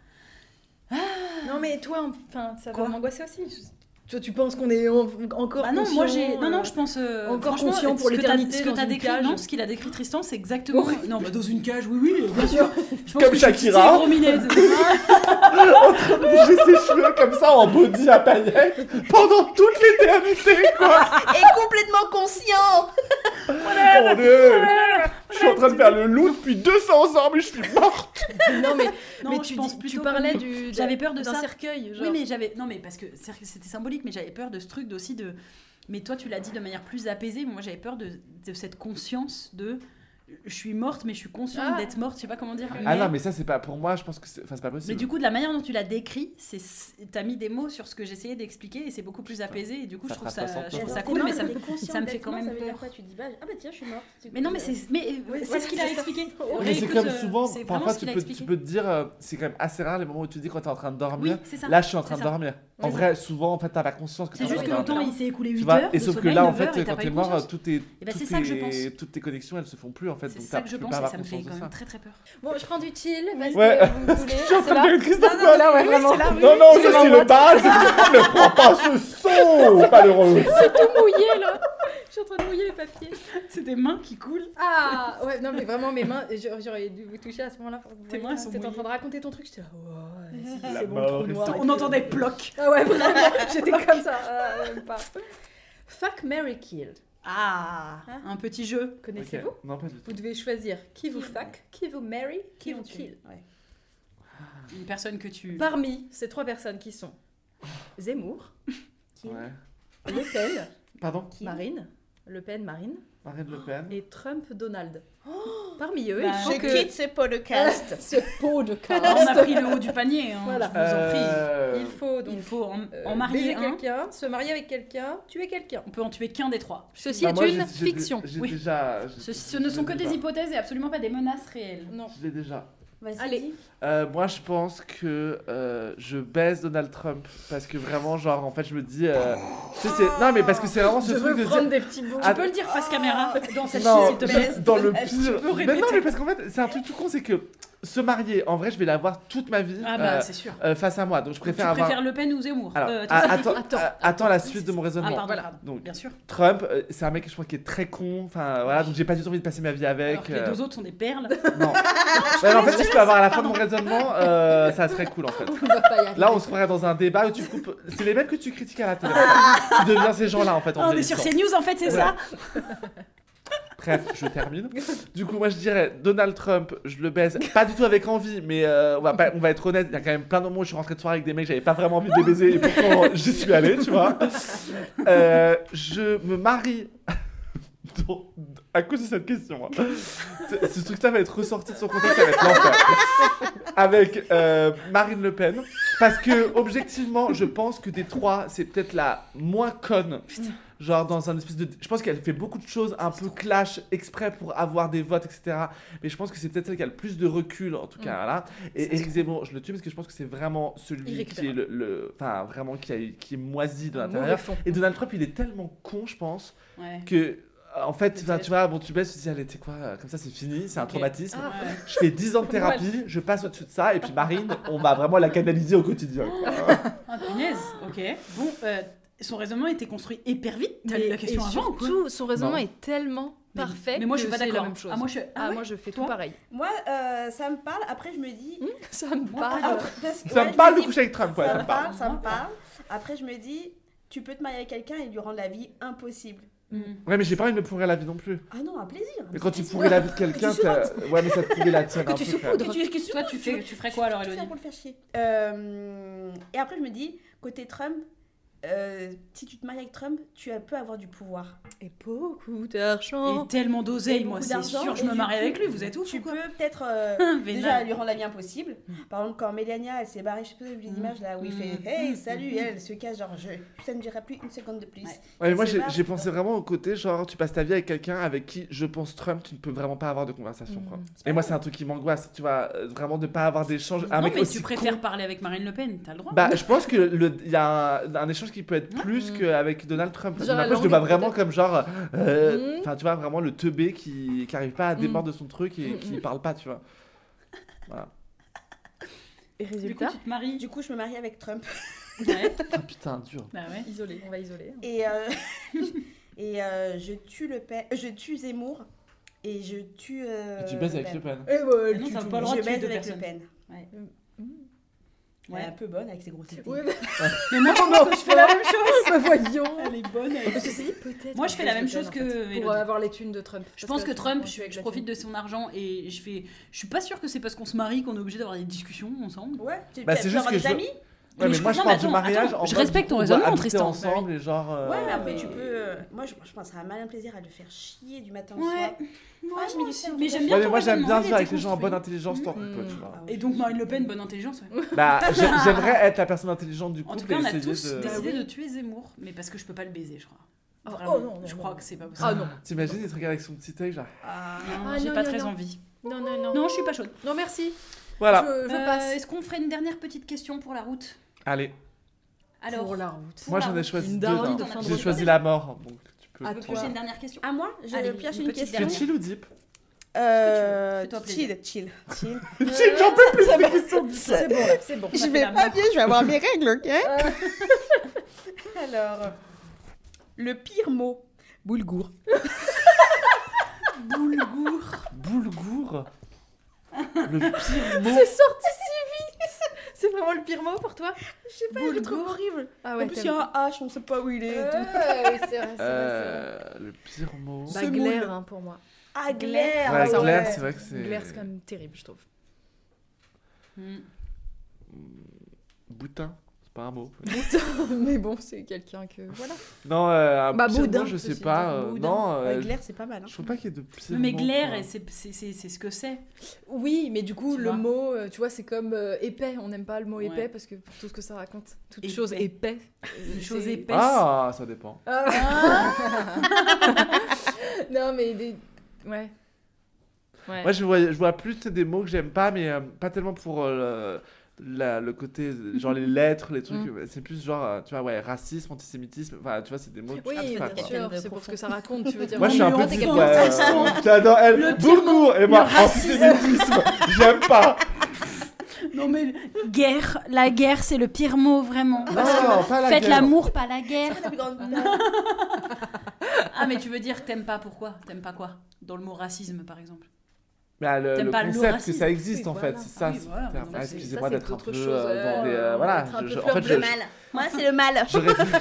C: Non, mais toi, enfin, ça
A: Quoi
C: va m'angoisser aussi. Je- Toi, tu penses qu'on est en- encore.
A: Ah non, moi j'ai.
C: conscient,
A: Non, non,
C: euh,
A: je pense. euh,
C: encore
A: franchement,
C: conscient
A: ce
C: pour
A: que t'as-
C: l'éternité
A: Ce que
C: dans
A: t'as
C: une
A: décrit,
C: cage.
A: non, ce qu'il a décrit Tristan, c'est exactement. Non, bah dans une cage, oui, oui, bien sûr. Je pense
E: Comme
A: que
E: Shakira.
A: tu dis, gros minette.
E: en train de bouger ses cheveux comme ça en body à paillettes pendant toute l'éternité, quoi.
C: euh.
D: Et complètement conscient
E: Mon Dieu. Je suis en train de faire le loup depuis 200 ans, mais je suis morte.
C: Non, mais,
A: Non,
C: mais
A: je
C: tu,
A: pense
C: dis- tu
A: plutôt
C: parlais
A: comme-
C: du.
A: J'avais peur de
C: d'un
A: ça.
C: cercueil. Genre.
A: Oui, mais j'avais. Non, mais parce que c'est- c'était symbolique, mais j'avais peur de ce truc aussi de. Mais toi, tu l'as dit de manière plus apaisée. mais Moi, j'avais peur de, de cette conscience de. Je suis morte, mais je suis consciente
C: Ah.
A: d'être morte. Je sais pas comment dire.
E: Ah non, mais ça, c'est pas pour moi, je pense que c'est enfin, c'est pas
A: mais
E: possible.
A: du coup, de la manière dont tu l'as décrit, c'est t'as mis des mots sur ce que j'essayais d'expliquer et c'est beaucoup plus apaisé. Et du coup,
E: Ça
A: je trouve
E: fera
A: ça,
E: 60,
A: je trouve
E: quoi.
A: ça
D: T'es
A: cool,
D: mort,
A: mais ça me
D: t'es conscient
A: ça me fait
D: d'être
A: quand
D: mort,
A: même
D: Ça veut dire
A: peur.
D: quoi Tu dis, bah, ah bah tiens, je suis morte.
A: Mais non, mais c'est mais, euh,
D: Oui,
A: c'est
D: voilà,
A: ce qu'il
D: c'est
A: a
D: ça.
A: expliqué.
E: mais c'est
A: Réécoute,
E: comme
A: euh,
E: souvent,
A: c'est vraiment
E: parfois
A: ce
E: tu
A: qu'il a
E: peux, tu
A: expliqué.
E: peux te dire, euh, c'est quand même assez rare les moments où tu dis quand t'es en train de
A: Oui,
E: dormir.
A: c'est ça.
E: Là, je suis en train
A: c'est
E: de
A: ça.
E: dormir.
A: Oui,
E: En
A: c'est
E: vrai, souvent, en fait, t'as la conscience que t'es
A: C'est
E: en train
A: juste
E: de
A: que le
E: dormir.
A: temps il s'est écoulé 8
E: Tu vois,
A: heures.
E: et
A: de
E: sauf que
A: sommeil,
E: là, en
A: 9 heures,
E: fait,
A: et t'as
E: quand
A: pas
E: t'es
A: eu
E: mort,
A: conscience.
E: euh, tout tes-
A: Eh ben, c'est
E: toutes
A: ça que je
E: tes-
A: pense.
E: toutes tes connexions, elles se font plus en fait.
A: C'est
E: donc
A: ça
E: t'as-
A: que
E: tu
A: je
E: peux
A: pense
E: pas
A: et
E: avoir
A: ça me fait
E: conscience
A: quand
E: de ça.
A: même très très peur.
C: Bon, je prends du chill. Parce
E: Ouais.
C: que vous voulez.
E: Je suis en
C: c'est
E: train de
C: là.
E: dire Christophe
C: Non, non, là, ouais,
E: Colomb.
C: vraiment.
E: Non, non,
C: C'est
E: ça
C: la
E: c'est le
C: droite.
E: bal, c'est- ne prends pas ce saut, malheureux.
C: C'est tout mouillé là. Je suis en train de mouiller les papiers.
A: C'est des mains qui coulent.
C: Ah ouais, non mais vraiment mes mains, j'aurais j'aurais dû vous toucher à ce moment-là. Vous
A: Tes
C: voyez,
A: mains, elles sont
C: T'étais en
A: mouillées.
C: train de raconter ton truc, j'étais là, oh, ouais, si,
E: La
C: c'est bon,
E: mort
C: trou
E: est
C: noir.
E: sortie.
A: On entendait ploc.
C: Ah ouais, vraiment, j'étais comme ça. Ah, même pas. Fuck, Mary Kill.
A: Ah,
C: Hein
A: un petit jeu.
C: Connaissez-vous
E: Ok, Non, pas du tout.
C: Vous devez choisir qui vous fuck, qui vous marry, qui vous kill.
A: Une personne que tu.
C: Parmi ces trois personnes qui sont Zemmour,
E: Ouais.
C: Le Pen,
E: Pardon
C: Marine, Le Pen, Marine,
E: Marine Le Pen.
C: et Trump, Donald.
J: Parmi eux,
A: Bah,
J: il faut
D: Je
J: que...
D: quitte ce
E: Ah,
D: podcast.
C: Ce pot de
A: Alors, on
C: casse.
A: a pris le haut du panier, hein,
C: Voilà.
A: je vous en prie.
K: Euh,
J: Il faut donc
A: Il faut en,
J: euh,
A: en
J: baiser
A: marier un.
J: quelqu'un, se marier avec quelqu'un, tuer quelqu'un.
A: On peut en tuer qu'un des trois.
J: Ceci
E: Bah,
J: est
E: moi, j'ai-
J: une
E: j'ai dé-
J: fiction.
E: j'ai
A: oui.
E: déjà- j'ai-
A: Ce, ce ne sont que
E: j'ai
A: des
E: déjà.
A: hypothèses et absolument pas des menaces réelles.
J: Non.
E: Je l'ai déjà.
D: Vas-y,
J: Allez.
D: dis.
E: Euh, moi, je pense que euh, je baise Donald Trump parce que vraiment, genre, en fait, je me dis. euh, tu sais, c'est- non, mais parce que c'est vraiment ce
C: Je
E: truc
C: veux
E: de
C: prendre des
E: dire.
C: petits bouts.
E: Ah,
A: Tu peux le dire face caméra dans cette
E: Non,
A: s'il te plaît.
E: dans le
D: Est-ce que
E: pire.
A: peux
E: Mais
A: répéter
E: non, mais parce qu'en fait, c'est un truc tout con, c'est que se marier, en vrai, je vais l'avoir toute ma vie
A: Ah bah
E: euh,
A: c'est sûr.
E: euh, face à moi. Donc, je préfère
A: tu
E: avoir.
A: préfères Le Pen ou Zemmour
E: Alors,
A: Euh,
E: ah,
A: t'as-
E: attends,
A: Attends.
E: ah, attends la suite de mon
A: Ah,
E: raisonnement.
A: pardon,
J: Voilà.
A: pardon.
E: Donc,
A: Bien sûr.
E: Trump, euh, c'est un mec que je crois qui est très con. Enfin, voilà, donc j'ai pas du tout envie de passer ma vie avec.
A: Alors que les
E: euh,
A: deux autres sont des perles.
E: Non. Ouais, mais en fait, si je peux avoir à la fin de mon raisonnement, euh, ça serait cool en fait.
C: On va pas y arriver.
E: Là, on se ferait dans un débat où tu coupes. C'est les mêmes que tu critiques à la télé. en fait. tu deviens ces gens-là en fait. En
A: Ah, on est sur
E: vieillissant.
A: CNews en fait, c'est
E: Ouais.
A: ça
E: Bref, je termine. Du coup, moi, je dirais Donald Trump, je le baise. Pas du tout avec envie, mais euh, on, va pas- on va être honnête. Il y a quand même plein de moments où je suis rentré de soirée avec des mecs, j'avais pas vraiment envie de les baiser et pourtant j'y suis allé, tu vois. Euh, je me marie. Donc, à cause de cette question, hein. Ce- ce truc-là va être ressorti de son contexte, ça va être l'enfer. Avec euh, Marine Le Pen. Parce que, objectivement, je pense que des trois, c'est peut-être la moins conne. Genre, dans un espèce de. Je pense qu'elle fait beaucoup de choses un peu clash exprès pour avoir des votes, etc. Mais je pense que c'est peut-être celle qui a le plus de recul, en tout cas. Voilà. Et Eric Zemmour, je le tue parce que je pense que c'est vraiment celui qui est
J: Irrécupérable.
E: le. le- Enfin, vraiment, qui, a, qui est moisi de
J: Mauvais
E: l'intérieur.
J: fond.
E: Et Donald Trump, il est tellement con, je pense,
A: Ouais.
E: que. euh, En fait,
A: Peut-être.
E: enfin, tu vois, bon, tu baisses, tu te dis, allez, tu sais quoi, euh, comme ça c'est fini, c'est un traumatisme.
J: Ah.
A: Ouais.
E: Je fais 10 ans de thérapie, je passe au-dessus de ça, et puis Marine, on va vraiment la canaliser au quotidien. quoi.
A: Ah, punaise, ok. Bon, euh, son raisonnement était construit hyper vite. T'as lu la question
J: et
A: avant ou quoi
J: surtout, son raisonnement
E: Non.
J: est tellement
A: Mais-
J: parfait
A: Mais moi, je suis
J: que
A: pas
J: c'est
A: d'accord.
J: la même chose.
A: Ah, moi, je suis. Ah,
J: Ah,
A: ouais
J: moi, je fais
A: Toi
J: tout pareil.
D: Moi, euh, ça me parle. Après, je me dis.
J: Ça me
A: Moi,
J: parle.
D: Ah, parce que-
E: Hmm Ça
D: ouais,
E: me parle
D: je
E: de
D: dis-
E: coucher avec Trump, ouais, ça me parle.
D: ça me parle. Après, je me dis, tu peux te marier avec quelqu'un et lui rendre la vie impossible.
A: Mm.
E: Ouais, mais j'ai pas envie de me pourrir la vie non plus.
D: Ah non, un plaisir.
E: Mais quand tu pourris la vie de quelqu'un,
D: tu
E: t'as- ouais, mais ça te pourrit la tienne.
C: Que
E: un
C: tu
E: peu,
C: saupoudres.
A: Que
E: frère.
A: tu- que tu- Toi, tu, fais, tu ferais quoi alors,
D: Tout ça
A: Elodie
D: pour le faire chier. Euh, et après, je me dis, côté Trump, euh, si tu te maries avec Trump, tu peux avoir du pouvoir.
J: Et beaucoup
A: Et
J: d'argent.
A: tellement d'oseille,
D: Et
A: moi,
D: beaucoup
A: c'est
D: d'argent,
A: sûr, je
D: et
A: me
D: du
A: marie
D: coup,
A: avec lui, vous êtes ouf
D: Tu
A: ou quoi
D: peux peut-être euh,
A: Ah,
D: déjà
A: Vénal. Hmm.
D: lui rendre la vie impossible. Par exemple, quand Mélania, elle s'est barrée, je sais pas si vous avez vu l'image là où il fait
A: Hmm.
D: Hey, salut, et elle se casse, genre, je, ça ne durera plus une seconde de plus.
A: Ouais.
E: Ouais, mais moi,
D: C'est
E: j'ai
D: pas-
E: j'ai pensé vraiment au côté, genre, tu passes ta vie avec quelqu'un avec qui, je pense, Trump, tu ne peux vraiment pas avoir de conversation. quoi. Et moi, c'est un truc qui m'angoisse, tu vois, euh, vraiment de pas avoir d'échange. Un
A: Non,
E: mec
A: mais
E: aussi
A: tu
E: con.
A: préfères parler avec Marine Le Pen, t'as le droit.
E: Bah, je pense que le il y a un, un échange qui peut être plus
J: Mm.
E: qu'avec Donald Trump.
J: Genre
E: Donald
J: la
E: Trump, je le vois
J: langue,
E: vraiment
J: peut-être.
E: comme genre, euh,
J: Mm.
E: enfin, tu vois vraiment le teubé qui qui arrive pas à
J: Mm.
E: dépendre de son truc et
J: Mm,
E: qui
J: mm.
E: parle pas, tu vois.
J: Et
A: du coup,
J: résultat,
A: tu te maries.
D: Du coup, je me marie avec Trump.
A: Ouais.
E: Ah, putain, dur.
A: Bah ouais.
J: isolé. On va isoler.
D: Et, euh, et euh, je tue le père, je tue Zemmour et je tue. euh,
E: Et tu baises avec
D: Ben.
E: Le Pen.
D: Eh ben,
A: Ah non,
D: tu-
A: t'as
D: tu-
A: pas le droit de
D: je
A: tuer
D: baise
A: deux
D: avec
A: personnes.
D: Le Pen.
A: Ouais.
D: Elle est un peu bonne avec ses grosses têtes.
C: Oui,
A: Mais moi, je pense que je fais la même chose.
C: mais voyons.
A: Elle est bonne. elle.
C: Ceci dit, peut-être
A: Moi,
C: que
A: je fais la
C: baise
A: même
C: le
A: chose
C: Pen,
A: que
C: en fait,
A: Mélodie.
C: Pour avoir les thunes de Trump.
A: Je
C: Parce
A: pense que Trump,
C: on
A: je,
C: fait avec
A: je
C: la
A: profite
C: thune.
A: de son argent et je fais. Je suis pas sûre que c'est parce qu'on se marie qu'on est obligé d'avoir des discussions ensemble.
D: Ouais, tu
E: Bah,
D: tu
E: c'est
D: peux
E: juste
D: avoir
E: que
D: des
E: je-
D: amis.
E: Ouais, mais,
A: je-
E: moi je
A: non,
E: parle
A: mais
E: du
A: attends,
E: mariage.
A: attends,
E: en
A: je
E: mode,
A: respecte ton
E: on va
A: raisonnement,
E: habiter
A: Tristan.
E: ensemble et genre. euh,
D: Ouais, mais après, tu peux. euh, moi, je, je pense que ça a mal un plaisir à le faire chier du matin au soir.
A: Ouais.
D: Ah, je mets du sucre.
A: Mais j'aime
E: Ouais,
A: bien.
E: mais
A: ton
E: moi j'aime bien
A: raisonnement, il
E: vivre avec
A: était
E: les gens en
A: construit.
E: bonne intelligence tant qu'on peut, tu vois.
D: Ah ouais.
A: Et donc Marine Le Pen, bonne intelligence. ouais.
E: Bah, j'ai- j'aimerais être la personne intelligente du
A: En
E: couple
A: tout cas, on
E: et
A: a
E: essayer
A: tous
E: de.
A: décidé de tuer Zemmour, mais parce que je peux pas le baiser, je crois.
C: Ah,
A: Vraiment,
C: oh, non, non,
A: je
C: non,
A: crois
C: non.
A: que c'est pas possible.
C: Ah non.
E: T'imagines, il te regarde avec son petit œil, genre.
D: Ah.
A: Non,
C: Ah,
A: J'ai
C: non,
A: pas
C: non,
A: très
C: non.
A: envie.
C: Non, non, non.
A: Non, je suis pas chaude.
C: Non, merci.
E: Voilà,
C: Je, je
A: Euh,
C: passe.
A: Est-ce qu'on ferait une dernière petite question pour la route
E: allez.
A: Alors,
C: pour la route.
E: Moi
A: la
E: j'en ai
A: route.
E: choisi
C: Une
E: deux.
C: daronne
E: hein.
C: de fin de
E: J'ai
C: route.
E: choisi la mort, donc tu peux.
C: Ah,
A: le
C: toi.
A: prochain, une dernière question.
D: À moi, je
A: Allez,
D: pioche
A: une
D: une
A: petite
D: question.
E: C'est chill ou deep
D: Euh,
A: Fais-toi plaisir.
D: chill, chill, chill.
E: Chill, j'en peux plus des questions.
D: Ça-
C: C'est bon, là, c'est bon.
D: Je
A: fait
D: vais
A: la
D: pas bien, je vais avoir mes règles, ok Alors, le pire mot. Boulgour.
A: Boulgour.
E: Boulgour Le pire mot.
J: C'est sorti si vite C'est vraiment le pire mot pour toi
D: Je sais pas, je le trouve horrible.
J: Ah
D: en plus, il y a un H, on sait pas où il est. et
A: Euh,
D: tout.
C: c'est vrai, c'est vrai.
E: Euh, le pire mot.
C: Bah,
D: semoule.
C: glaire, hein, pour moi.
D: Ah, glaire.
E: Ouais,
D: ah
E: Claire, c'est vrai que c'est.
C: Glaire, c'est quand même terrible, je trouve.
A: Hmm.
E: Boutin, c'est pas un mot.
C: mais bon, c'est quelqu'un que. Voilà.
E: Non, euh, un
C: Bah,
E: pseudo,
C: Baudin,
E: je sais
C: ceci
E: pas.
C: dit,
E: euh,
C: Baudin.
E: non, euh,
D: Ouais, Glaire, c'est pas mal. hein.
E: je trouve pas qu'il y ait de pseudo.
A: Mais glaire,
E: quoi.
A: et c'est c'est- c'est- c'est ce que c'est.
C: Oui, mais du coup,
A: Tu
C: le
A: vois.
C: mot, euh, tu vois, c'est comme euh, épais. On n'aime pas le mot
A: Ouais.
C: épais parce que pour tout ce que ça raconte, toute
A: Épais.
C: chose épais. euh,
A: Une chose
C: c'est-
A: épaisse.
E: Ah, ça dépend.
C: Ah. non, mais des. Ouais. Ouais.
E: Moi, je vois, je vois plus tu sais, des mots que j'aime pas, mais euh, pas tellement pour euh, le- la- le côté, euh, genre les lettres, les trucs. C'est plus genre, euh, tu vois, ouais, racisme, antisémitisme. Enfin, tu vois, c'est des mots que tu
C: Oui,
E: kiffes pas,
C: bien
E: quoi.
C: sûr,
L: de
C: c'est pour
L: profond.
C: ce que ça raconte, tu veux dire.
E: Moi, je suis un peu
A: Ambulante et
E: fou.
A: quelqu'un
E: ouais,
A: d'antisémite.
E: euh, J'adore elle
A: Le pire
E: beaucoup. Et moi, antisémitisme, j'aime pas.
A: Non, mais
M: Guerre, la guerre, c'est le pire mot, vraiment.
E: Non, pas Ah, la
M: Faites
E: guerre.
M: l'amour, pas la guerre.
A: Ah, mais tu veux dire t'aimes pas pourquoi T'aimes pas quoi Dans le mot racisme, par exemple.
E: Mais ah, le,
A: T'aimes
E: le
A: pas le
E: concept que
A: racisme.
E: ça existe
C: Oui,
E: en
C: voilà.
E: fait, c'est ça.
A: Ah oui,
E: c'est-
A: voilà, mais
E: Ah,
A: non, ça, c'est-
E: Excusez-moi
C: ça, c'est
E: d'être un
C: autre
E: peu
C: chose,
E: euh, dans des
C: euh,
E: euh, voilà.
C: d'être un
E: je-
C: peu
E: je- En fait, je
D: Le mal. Moi, c'est le mal.
E: je réfléchis-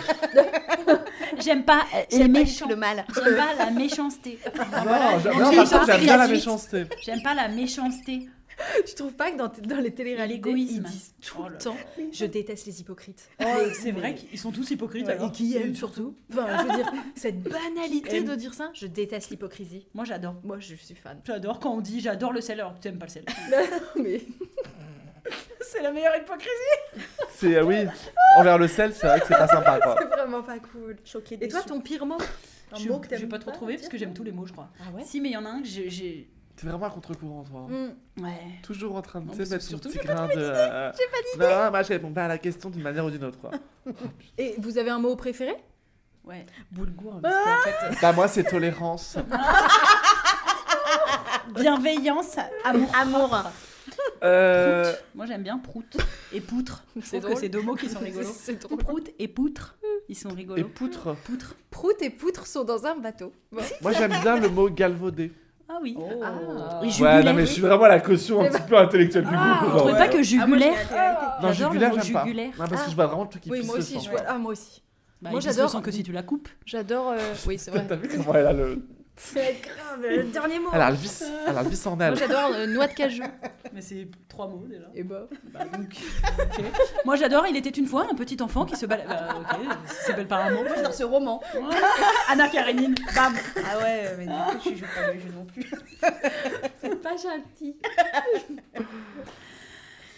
M: J'aime pas euh, les
D: J'aime pas du
M: méchants.
D: tout le mal.
M: J'aime pas la méchanceté.
E: Non, je- non,
M: j'ai eu
E: par contre, j'aime
M: compris
E: bien
M: la
E: la
M: suite.
E: méchanceté.
M: J'aime pas la méchanceté.
C: Oh, Tu trouves pas que dans, dans les téléréalités, ils
A: L'égoïsme.
C: disent tout
A: Oh
C: le
A: là
C: temps Je déteste les hypocrites.
A: c'est vrai qu'ils sont tous hypocrites.
C: et qui aiment surtout. Enfin, je veux dire, cette banalité de dire ça, je déteste l'hypocrisie.
A: Moi, j'adore.
C: Moi, je suis fan.
A: J'adore quand on dit j'adore le sel alors que t'aimes pas le sel.
C: Mais
A: c'est la meilleure hypocrisie.
E: C'est euh, oui, envers le sel, c'est vrai que c'est pas sympa quoi.
C: c'est vraiment pas cool.
D: Ah. Choqué
C: Et toi, ton pire mot Un
A: Je
C: mot que t'aimes
A: j'ai pas trop trouvé parce que j'aime tous les mots, je crois.
C: Ah ouais
A: Si, mais il y en a un que j'ai- j'ai.
E: T'es vraiment à contre-courant toi.
C: Mm.
A: Ouais.
E: Toujours en train de
A: Non,
E: tu
A: mais
E: sais, mettre son
A: surtout,
E: petit
A: j'ai
E: grain de. euh, Non, moi je réponds pas à la question d'une manière ou d'une autre quoi.
C: Et vous avez un mot préféré
A: Ouais.
C: Boulgour. parce qu'en fait,
E: Bah, moi c'est tolérance.
M: Bienveillance, amour.
D: Amour.
E: Euh.
A: Moi, j'aime bien prout et poutre. Je
C: C'est
A: trouve que
C: drôle.
A: c'est deux mots qui sont
C: c'est-
A: rigolos.
C: c'est drôle.
A: Prout et poutre, ils sont
E: Et
A: rigolos.
E: poutre.
A: Poutre.
C: Prout et poutre sont dans un bateau. Bon.
E: Moi j'aime bien le mot galvaudé.
A: Ah oui.
C: Ah.
M: Et
E: Ouais,
M: jugulaire.
E: non, mais je suis vraiment la caution un petit peu intellectuelle du
A: Ah,
E: groupe.
A: on
E: genre.
A: trouve
M: trouvez pas que jugulaire
E: Non,
A: J'adore le
E: jugulaire,
A: mot
E: j'aime pas.
A: jugulaire.
E: Non, parce que
C: Ah.
E: je vois vraiment le truc qui
C: Oui,
E: pisse
C: moi
E: le
C: aussi,
E: sang,
C: je
E: quoi.
C: vois. Ah, moi aussi.
A: Bah,
C: Moi,
A: ils disent le
C: j'adore-
A: sang que si tu la coupes.
C: J'adore. euh, Oui, c'est vrai.
E: T'as vu comment elle a le.
A: Oh.
C: Ah,
D: Le dernier mot.
E: Elle a le vice, elle a le vice en
C: Moi,
E: elle.
C: j'adore euh, noix de cajou.
A: Mais c'est trois mots déjà.
C: Et bah.
A: Bah, donc, ok. Moi j'adore, il était une fois un petit enfant qui se baladait. Bah, ok, ça s'appelle par un mot.
D: Moi, j'adore ce roman.
A: Anna Karenine, bam
D: Ah ouais, mais du coup, je joue pas le jeu non plus.
C: Pas gentil.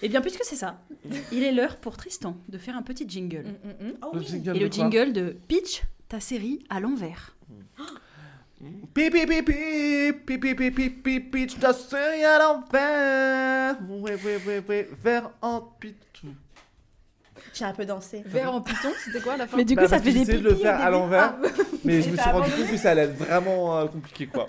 A: Eh bien, puisque c'est ça, il est l'heure pour Tristan de faire un petit
C: Mm,
A: jingle.
E: Le jingle
A: Et le
E: de quoi
A: jingle de Pitch, ta série à l'envers.
E: Pip, pip, pip, pip, pip, pip, pip, pip, pip, pip, je te suis à l'envers. Oui, oui, oui, oui, vers en pitou.
D: J'ai un peu dansé.
C: Verre en python, c'était quoi à la fin
A: Mais du coup,
E: Bah,
A: ça
E: parce que
A: faisait
E: j'essayais
A: pipi.
E: de le faire à l'envers,
C: Ah,
E: mais je me suis rendu compte que ça allait être vraiment euh, compliqué, quoi.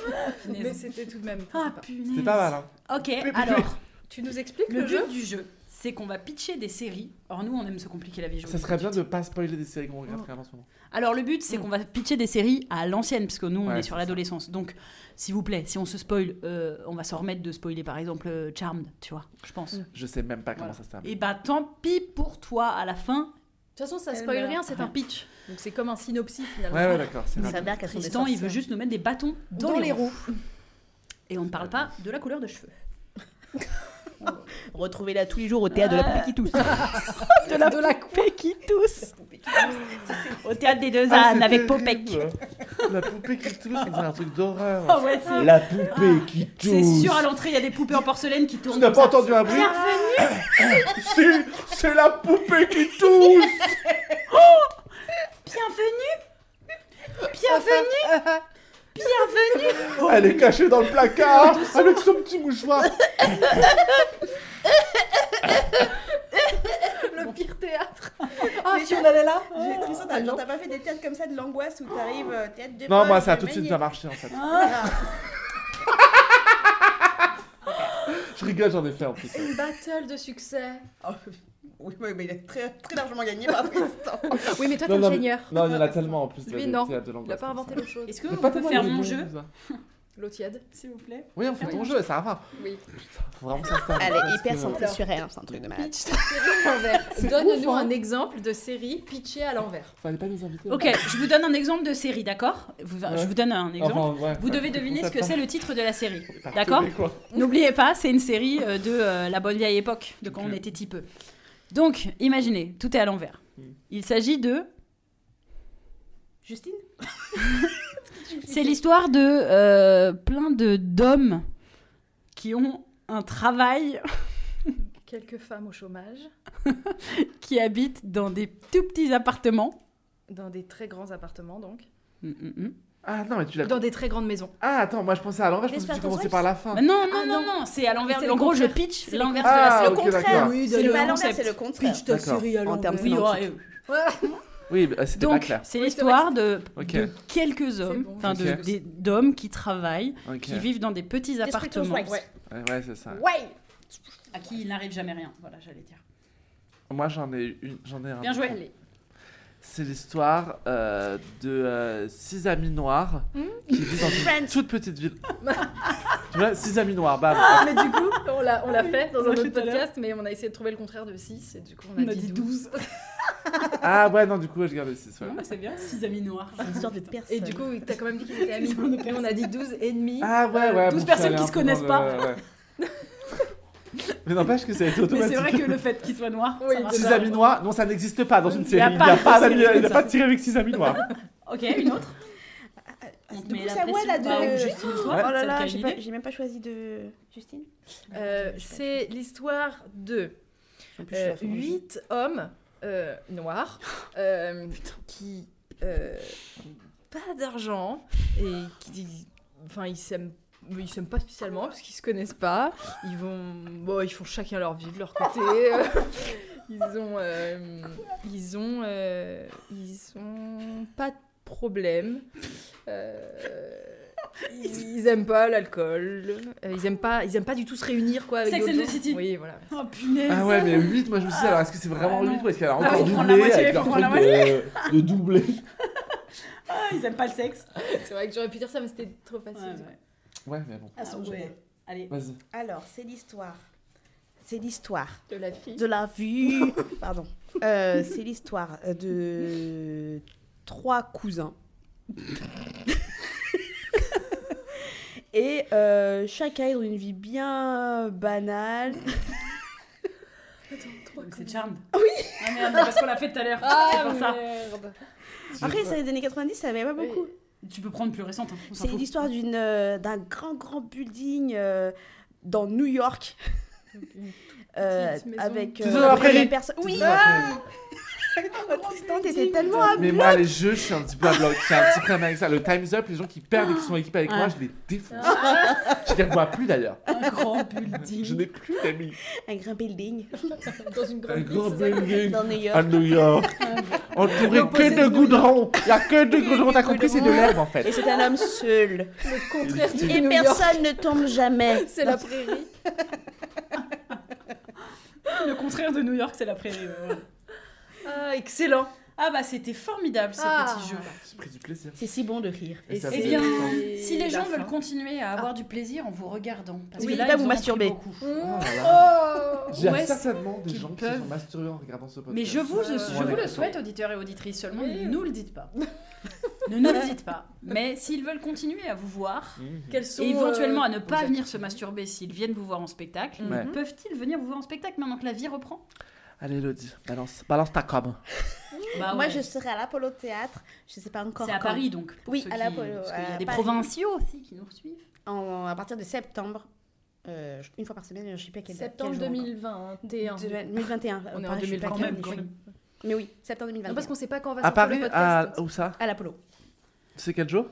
C: Mais c'était tout de même. très
A: Ah,
C: sympa.
A: punaise.
E: C'était pas mal, hein.
A: Ok,
E: Pipi.
A: alors,
C: Tu nous expliques
A: le
C: le jeu
A: but du jeu, c'est qu'on va pitcher des séries. Or, nous, on aime se compliquer la vie. je vous
E: Ça
A: le
E: serait
A: dis tout
E: bien
A: de
E: de pas spoiler des séries qu'on regarde quand même en ce moment.
A: Alors le but c'est qu'on va pitcher des séries à l'ancienne parce que nous on
E: Ouais,
A: est
E: c'est
A: sur
E: ça.
A: l'adolescence. Donc s'il vous plaît, si on se spoil, euh, on va s'en remettre de spoiler par exemple euh, Charmed, tu vois, je pense.
E: Je sais même pas comment
A: Voilà.
E: ça se termine.
A: Et bah tant pis pour toi à la fin.
C: De toute façon, ça
A: Eh
D: Elle
C: spoil
A: ben.
D: meurt.
C: rien, c'est un pitch. Donc c'est comme un synopsis finalement.
E: Ouais, ouais, d'accord, c'est
D: Sa
E: rapide.
D: mère qui a son
A: Tristan, il veut
D: dessin.
A: juste nous mettre des bâtons dans, les, roues. Et on ne parle pas de la couleur de cheveux.
D: Retrouvez-la tous les jours au théâtre de la poupée qui tousse.
A: De la, de poupée qui tousse. Au théâtre des deux
E: Ah,
A: ânes
E: c'est
A: avec
E: terrible.
A: Popek.
E: La poupée qui tousse, c'est un truc d'horreur.
A: Ah ouais, hein. c'est- Ah,
E: La poupée qui tousse.
A: c'est sûr à l'entrée, il y a des poupées en porcelaine qui
E: Tu
A: tournent.
E: n'as
A: comme
E: pas
A: ça.
E: entendu un bruit C'est c'est la poupée qui tousse
A: Bienvenue Bienvenue
E: Elle est cachée dans le placard avec son petit mouchoir.
C: Le pire théâtre.
D: Ah, si on allait là J'ai Tristan,
C: Ah,
D: t'as genre, t'as pas fait des théâtres comme ça de l'angoisse où t'arrives euh, théâtre de
E: Non,
D: Paul,
E: moi, ça a
D: de
E: tout de suite
D: Meunier.
E: bien marché en fait.
A: Hein
D: Ah.
E: Je rigole, j'en ai fait en plus.
C: Une battle de succès.
D: Oh, Oui, oui, mais il est très, très largement gagné par Tristan.
C: Oui, mais toi, t'es
E: Non, non,
C: ingénieur.
E: Non, il y en a tellement en plus.
C: Lui,
E: des
C: non.
E: théâtres de
C: Il a
E: l'angoisse
C: pas
E: comme
C: inventé
E: ça.
C: l'autre chose.
A: Est-ce que
E: Il y a
A: on
E: pas
A: peut
E: tellement
A: faire
E: de
A: mon
E: mots,
A: jeu,
E: ça.
C: L'eau tiède.
A: s'il vous plaît
E: Oui, on fait ton jeu, ça va.
C: Oui.
E: Faut vraiment ça se termine,
D: Elle est
E: parce
D: hyper
E: que-
D: censurée, hein, c'est un truc de malade.
C: Pitch ta série à l'envers. Donne-nous un exemple de série pitchée à l'envers.
E: Fallait pas nous inviter. hein.
A: Ok, je vous donne un exemple de série, d'accord Vous-
E: Ouais.
A: Je vous donne un exemple. vous devez deviner ce que c'est le titre de la série, d'accord N'oubliez pas, c'est une série euh, de euh, la bonne vieille époque, de quand
E: Ok.
A: on était petit peu. Donc, imaginez, tout est à l'envers.
E: Hmm.
A: Il s'agit de.
D: Justine
A: C'est l'histoire de euh, plein de d'hommes qui ont un travail,
C: Quelques femmes au chômage,
A: qui habitent dans des tout petits appartements.
C: dans des très grands appartements donc,
A: Mm, mm, mm.
E: Ah non, mais tu l'as.
C: dans des très grandes maisons.
E: Ah attends, moi je pensais à l'envers, je pensais que tu
D: Desperate
E: commençais par la fin.
A: Bah non, non,
D: Ah,
A: non, non, c'est à l'envers.
D: C'est
A: En
D: le
A: gros, je
D: contraire.
A: pitch
D: C'est le
A: l'envers de
E: contraire.
A: la
E: Ah,
D: C'est le
E: ok,
D: contraire.
E: d'accord.
N: Oui,
D: C'est
N: d'ailleurs,
D: pas à l'envers, c'est le
N: concept.
D: contraire.
N: Pitch ta
E: D'accord.
N: série à
E: En
N: l'envers.
E: termes
A: Oui, ouais,
E: Oui, bah, c'était pas
A: Donc,
E: clair.
A: c'est
C: Oui, c'est
A: l'histoire de,
E: Ok.
A: de quelques hommes,
C: bon,
A: enfin de-
E: Ok.
A: des- d'hommes qui travaillent,
E: Ok.
A: qui vivent dans des petits
D: Desperate
A: appartements,
D: Housewives.
E: Ouais, ouais, c'est ça.
D: Ouais
F: À qui il n'arrive jamais rien, voilà, j'allais dire.
E: Moi j'en ai une, j'en ai un.
F: Bien joué.
E: C'est l'histoire euh, de euh, six amis noirs
F: Hmm?
E: qui vivent dans une
D: Friends.
E: toute petite ville. tu vois, six amis noirs, bam.
C: mais du coup, on l'a on l'a fait dans
F: Moi,
C: un autre
F: tout à l'heure.
C: podcast, mais on a essayé de trouver le contraire de 6, et du coup on a, dit 12.
E: Ah ouais, non, du coup, je garde les six. ouais.
F: Non, mais Ah, c'est bien, six amis noirs.
D: C'est l'histoire de personne.
C: Et du coup, t'as quand même dit qu'ils étaient amis, mais on a dit 12 et demi.
E: Ah ouais, ouais.
F: 12
E: bon,
F: personnes
E: je suis
F: qui
E: allé
F: se connaissent
E: un peu dans
F: pas.
E: le- ouais. Mais n'empêche que ça a été
F: Mais
E: automatique.
F: c'est vrai que le fait qu'il soit noir,
C: Oui,
F: ça marche.
E: Six amis noirs, non, ça n'existe pas dans une
F: Il y a
E: série. Il n'y
F: pas
E: a
F: de
E: pas
F: série
E: d'amis- il
F: comme
E: n'y a
F: ça.
E: pas de série avec six amis noirs.
F: Ok, une autre On te
D: Du
F: met
D: coup,
F: la
D: c'est à moi
F: pression.
D: là de.
F: Bah, ou Justine, toi,
D: Oh là
F: celle qui
D: là,
F: a
D: j'ai
F: l'idée.
D: pas- j'ai même pas choisi de. Justine
C: Euh, c'est l'histoire de
D: En plus, je
F: Euh,
D: suis à fond.
C: 8 Euh, hommes euh, noirs
F: Oh,
C: euh, qui euh, n'ont pas d'argent et qui enfin ils s'aiment mais ils s'aiment pas spécialement parce qu'ils se connaissent pas ils vont bon, ils font chacun leur vie de leur côté ils ont euh, ils ont euh, ils ont pas de problème Euh, ils, ils aiment pas l'alcool Euh, ils aiment pas ils aiment pas du tout se réunir quoi avec
F: Sex and
C: d'autres
F: the
C: gens.
F: City.
C: oui voilà
F: Oh punaise
E: Ah ouais, mais 8, moi je me suis dit, alors est-ce que c'est vraiment
F: Ah, non.
E: 8 ou est-ce qu'elle a
F: Ah,
E: encore
F: oui, faut prendre la
E: doublé
F: moitié,
E: avec
F: faut
E: leur truc
F: prendre
E: de, de doublé
F: Ah, Ils aiment pas le sexe.
C: C'est vrai que j'aurais pu dire ça, mais c'était trop facile.
F: Ouais, ouais.
E: Ouais, mais bon,
D: Ah, son
F: Ah
D: jeu.
F: ouais. Allez.
E: vas-y.
D: Alors, c'est l'histoire. C'est l'histoire
C: De la fille.
D: de la vie. Pardon. Euh, c'est l'histoire de trois cousins. Et euh, chacun ils ont une vie bien banale.
F: Donc C'est Charmed. Oui Ah merde, mais parce qu'on l'a fait tout à l'heure.
C: Ah,
F: c'est pour ça.
C: merde
D: Après, c'est les années 90, ça avait pas beaucoup.
F: Tu peux prendre plus récente. hein, on s'en
D: C'est
F: fout.
D: l'histoire d'une euh, d'un grand grand building euh, dans New York. Euh,
C: petite maison.
D: avec
E: Tout ça dans la
D: plein de
E: prairie.
D: personnes. Oui,
F: Ah,
D: Ah, Tristan, t'étais
F: building.
D: tellement à
E: Mais moi, les jeux, je suis un petit peu à bloc. J'ai un petit problème avec ça. Le Time's Up, les gens qui perdent et qui sont en équipe avec
F: Ouais.
E: moi,
F: Ah.
E: je les défonce. Je les revois plus d'ailleurs.
F: Un grand building.
E: Je n'ai plus d'amis.
D: un grand building
C: Dans une grande
E: Un
C: ville, c'est
E: grand
C: ça
E: building
D: dans New
E: à
D: York.
E: New York. Entouré
C: Reposé
E: que de
C: de-
E: goudron. Il n'y a que de goudron. T'as compris, c'est de l'herbe en
D: Et
E: fait.
D: c'est un homme seul.
C: Le contraire de
D: Et
C: New York.
D: personne ne tombe jamais.
C: C'est la prairie.
F: Le contraire de New York, c'est la prairie. ouais, ouais.
C: Ah, excellent.
F: Ah bah c'était formidable ce
C: Ah.
F: petit jeu.
E: J'ai pris du plaisir.
D: C'est si bon de rire.
E: Et ça
F: Eh
E: faisait
F: bien,
E: longtemps.
F: Si les
C: la
F: gens
C: fin.
F: veullen continuer à avoir du plaisir en vous regardant, parce
D: Oui,
F: que là,
D: là,
F: ils
D: vous
F: en ont pris
D: masturbez.
F: beaucoup.
E: Oh là là.
C: Mmh. Oh
E: J'ai
F: Où est-ce
E: certainement des
F: qu'ils
E: gens qui se
F: peuvent
E: sont masturbés en regardant ce podcast.
F: Mais je vous,
C: Euh,
F: je
E: ouais.
F: vous le souhaite, auditeurs et auditrices, seulement
C: Oui.
F: ne nous le dites pas. ne nous le dites pas. Mais s'ils veulent continuer à vous voir,
E: Mhm.
C: Quels sont
F: éventuellement à ne pas
C: exact.
F: venir se masturber s'ils viennent vous voir en spectacle,
C: euh,
E: Ouais.
C: mmh. Mhm.
F: peuvent-ils venir vous voir en spectacle maintenant que la vie reprend
E: Allez, Elodie, balance, balance ta com.
C: Ah
F: Bah
D: Moi,
F: ouais.
D: je serai à l'Apollo Théâtre. Je sais pas encore
F: C'est à
D: quand.
F: Paris donc. pour
D: Oui,
F: ceux
D: à
F: qui-
D: l'Apollo,
F: Parce qu'il y a
D: à
F: des
D: Paris.
F: provinciaux aussi qui nous suivent.
D: En- à partir de septembre. Euh, je- une fois par semaine, je sais pas quelle date,
C: Septembre
D: quel jour encore.
C: 2021.
D: De- 2021.
C: On est en
D: Pareil, euh, je sais pas
C: 2020
D: quel
C: même,
D: jour.
C: quand même.
D: Mais oui, septembre 2021.
C: Non, parce qu'on sait pas quand on va
E: À
C: sortir le
E: Paris, à...
C: podcast.
E: où ça
D: À l'Apollo.
E: C'est quel jour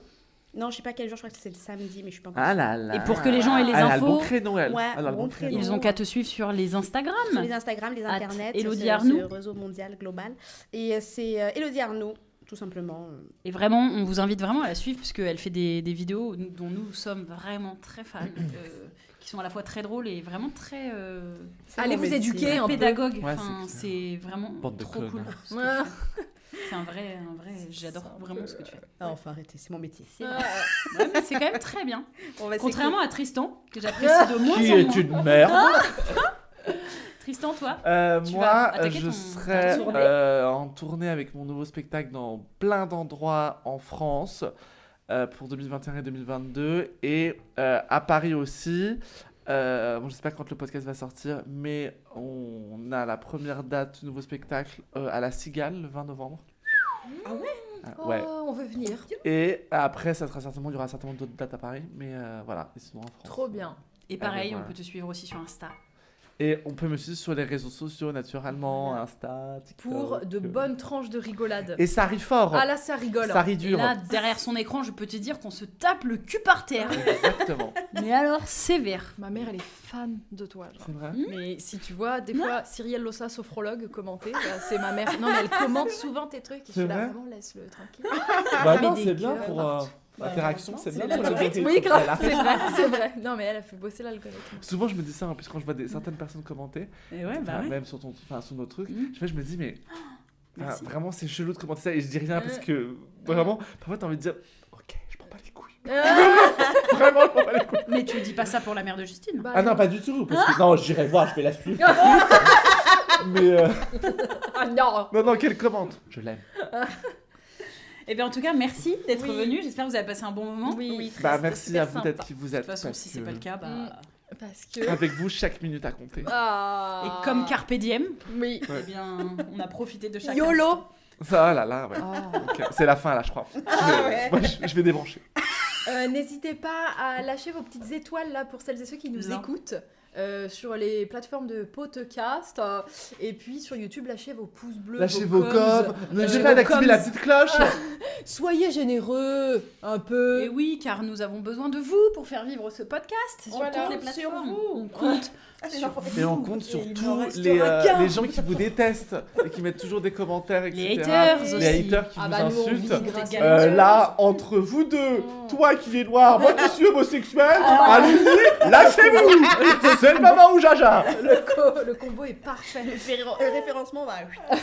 D: Non, je sais pas quel jour, je crois que c'est le samedi, mais je suis pas encore
E: Ah là là.
A: Et pour que les gens aient les
E: Elle a le bon
A: infos,
E: créneau, elle.
D: Ouais,
E: Elle a le
D: bon
E: bon créneau.
A: ils ont qu'à te suivre sur les
D: sur
A: Instagram.
D: les Instagram, les
A: At
D: internets,
A: Élodie
D: ce- ce
A: Arnoux.
D: réseau mondial global. Et euh, c'est euh, Élodie Arnaud, tout simplement. euh,
A: Et vraiment, on vous invite vraiment à la suivre parce qu'elle fait des, des vidéos nous- dont nous sommes vraiment très fans, euh, qui sont à la fois très drôles et vraiment très euh,
C: Allez vous éduquer un peu.
A: pédagogues.
E: Ouais,
A: Enfin,
E: c'est
A: c'est vraiment
E: Bande de
A: trop
E: clones. hein.
A: cool. ce que
C: Ah.
A: tu fais. C'est un vrai, un vrai. J'adore vraiment ce que tu fais.
D: Ah, enfin, arrêtez, c'est mon métier.
A: C'est ouais, mais c'est quand même très bien.
F: Bah,
D: On va
A: Contrairement à Tristan, que j'apprécie de moins
E: Qui
A: en
E: est
A: moins.
E: une merde
A: Tristan, toi
E: Euh,
A: Ah, Tu
E: Moi,
A: vas
E: euh,
A: attaquer
E: je
A: ton-
E: serai
A: ta tournée
E: euh, en tournée avec mon nouveau spectacle dans plein d'endroits en France euh, pour 2021 et 2022 et euh, à Paris aussi. Euh, bon, je sais pas quand le podcast va sortir, mais on a la première date du nouveau spectacle euh, à la Cigale le 20 novembre.
D: Ah ouais
E: Ah, ouais.
C: Oh, on veut venir.
E: Et après, ça sera certainement, il y aura certainement d'autres dates à Paris, mais euh, voilà, ils sont en France.
C: Trop bien.
A: Et
E: Ah,
A: pareil,
E: ben voilà.
A: on peut te suivre aussi sur Insta.
E: Et on peut me suivre sur les réseaux sociaux, naturellement, Insta, TikTok.
C: Pour de
E: euh.
C: bonnes tranches de rigolade.
E: Et ça rit fort. hein.
C: Ah là, ça rigole.
E: ça rit
A: Et
E: dur.
A: là, derrière son écran, je peux te dire qu'on se tape le cul par terre.
E: Exactement.
A: Mais alors, sévère.
C: Ma mère, elle est fan de toi. genre.
E: C'est vrai.
C: Mais si tu vois, des fois, Cyrielle Lossa, sophrologue, commenter, bah, c'est Ah, ma mère. Non, mais elle commente souvent tes trucs. Et je
E: C'est
C: suis là,
E: vrai
C: vraiment, laisse-le tranquille.
O: Bah
C: Mais
O: non,
C: des
O: c'est bien
C: gueules
O: pour
C: partout.
O: euh, l'interaction, c'est bien pour l'algorithme.
C: Oui, grave,
O: Voilà.
C: c'est vrai, c'est vrai. Non, mais elle a fait bosser l'algorithme.
E: Souvent, je me dis ça, hein, parce que quand je vois des, certaines personnes commenter,
A: Et ouais,
C: bah
E: enfin, même sur, ton, enfin, sur nos trucs,
C: Mm.
A: Mhm.
E: je, fais, je me dis, mais enfin,
A: merci.
E: vraiment, c'est chelou de commenter ça. Et je dis
C: Euh,
E: rien parce que vraiment, parfois, t'as envie de dire, ok, je prends pas les couilles.
C: Ah,
E: Vraiment, je prends pas les couilles.
A: Mais tu dis pas ça pour la mère de Justine.
C: Bah,
O: Ah non, pas du tout. Parce que non, j'irai voir, je vais la suivre. Mais euh,
C: ah non
E: Non, non, qu'elle commente. Je l'aime.
A: Et Eh bien en tout cas, merci d'être
C: Oui.
A: venu. J'espère que vous avez passé un bon moment.
C: Oui,
E: Bah,
C: c'était
E: merci
C: super
E: à vous
C: sympa.
E: d'être qui vous
A: De
E: êtes.
A: toute façon,
E: parce
A: si c'est
E: que
A: pas le cas, bah.
C: Mm. Parce que.
E: Avec vous, chaque minute à compter.
C: Ah.
A: Et comme Carpe Diem,
C: Oui.
E: Ouais.
A: eh bien, on a profité de chaque
C: YOLO
A: instant.
E: Ça, ah là là, ouais.
C: Ah.
E: Ok, C'est la fin, là, je crois.
D: Ah
E: Je vais-
D: ouais.
E: moi, je, je vais débrancher.
C: Euh, N'hésitez pas à lâcher vos petites étoiles là pour celles et ceux qui nous
A: Non.
C: écoutent. euh, sur les plateformes de podcast euh, et puis sur YouTube lâchez vos pouces bleus
E: Lâchez vos
C: coms.
E: coms. N'oubliez
C: lâchez
E: pas
C: vos
E: d'activer
C: coms.
E: la petite cloche.
C: soyez généreux un
A: Et
C: peu
A: oui, car nous avons besoin de vous pour faire vivre ce podcast
C: Voilà.
A: sur toutes les
D: Compte sur
A: plateformes.
D: vous.
A: On compte.
D: Ah, c'est genre-
E: Et on compte sur
D: Et il n'en
E: tous
D: restera
E: les, euh,
D: qu'un.
E: les gens qui vous détestent et qui mettent toujours des commentaires, etc.
A: Les haters
E: Les
A: aussi.
E: haters qui
C: ah
E: vous
C: bah nous on vit
E: insultent.
C: grâce
A: Des
C: à
O: euh,
C: vous.
O: là, entre vous deux, toi qui es noir, moi qui suis homosexuel, allez-y, lâchez-vous C'est le moment où jaja
C: Co- le combo est parfait
D: Le féro- le référencement va.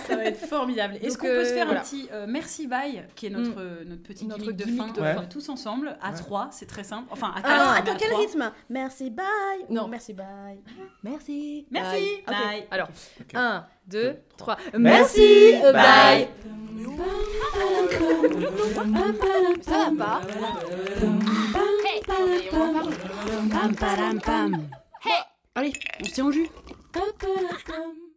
A: Ça va être formidable. Est-ce
C: Donc,
A: qu'on peut se
C: euh,
A: faire
C: voilà. Mm.
A: un petit euh, merci bye, qui est notre, euh, notre petit
C: Notre
A: gimmick de
C: gimmick
A: fin,
C: de Ah,
E: Ouais.
A: euh, tous ensemble, à
E: Ouais.
A: trois, c'est très simple. Enfin, à
D: Alors,
A: quatre, mais
D: attends,
A: à
D: quel
A: trois.
D: rythme Merci, bye Ou
C: Non.
D: merci, bye
C: merci
A: Merci,
C: Bye.
A: bye.
C: Ok. alors
E: Ok.
C: 1 2 3
O: Merci.
C: Euh, bye ça va pas
P: Pam, pam, pam. Allez, on se tient au jus.
Q: Ba-ba-da-bum.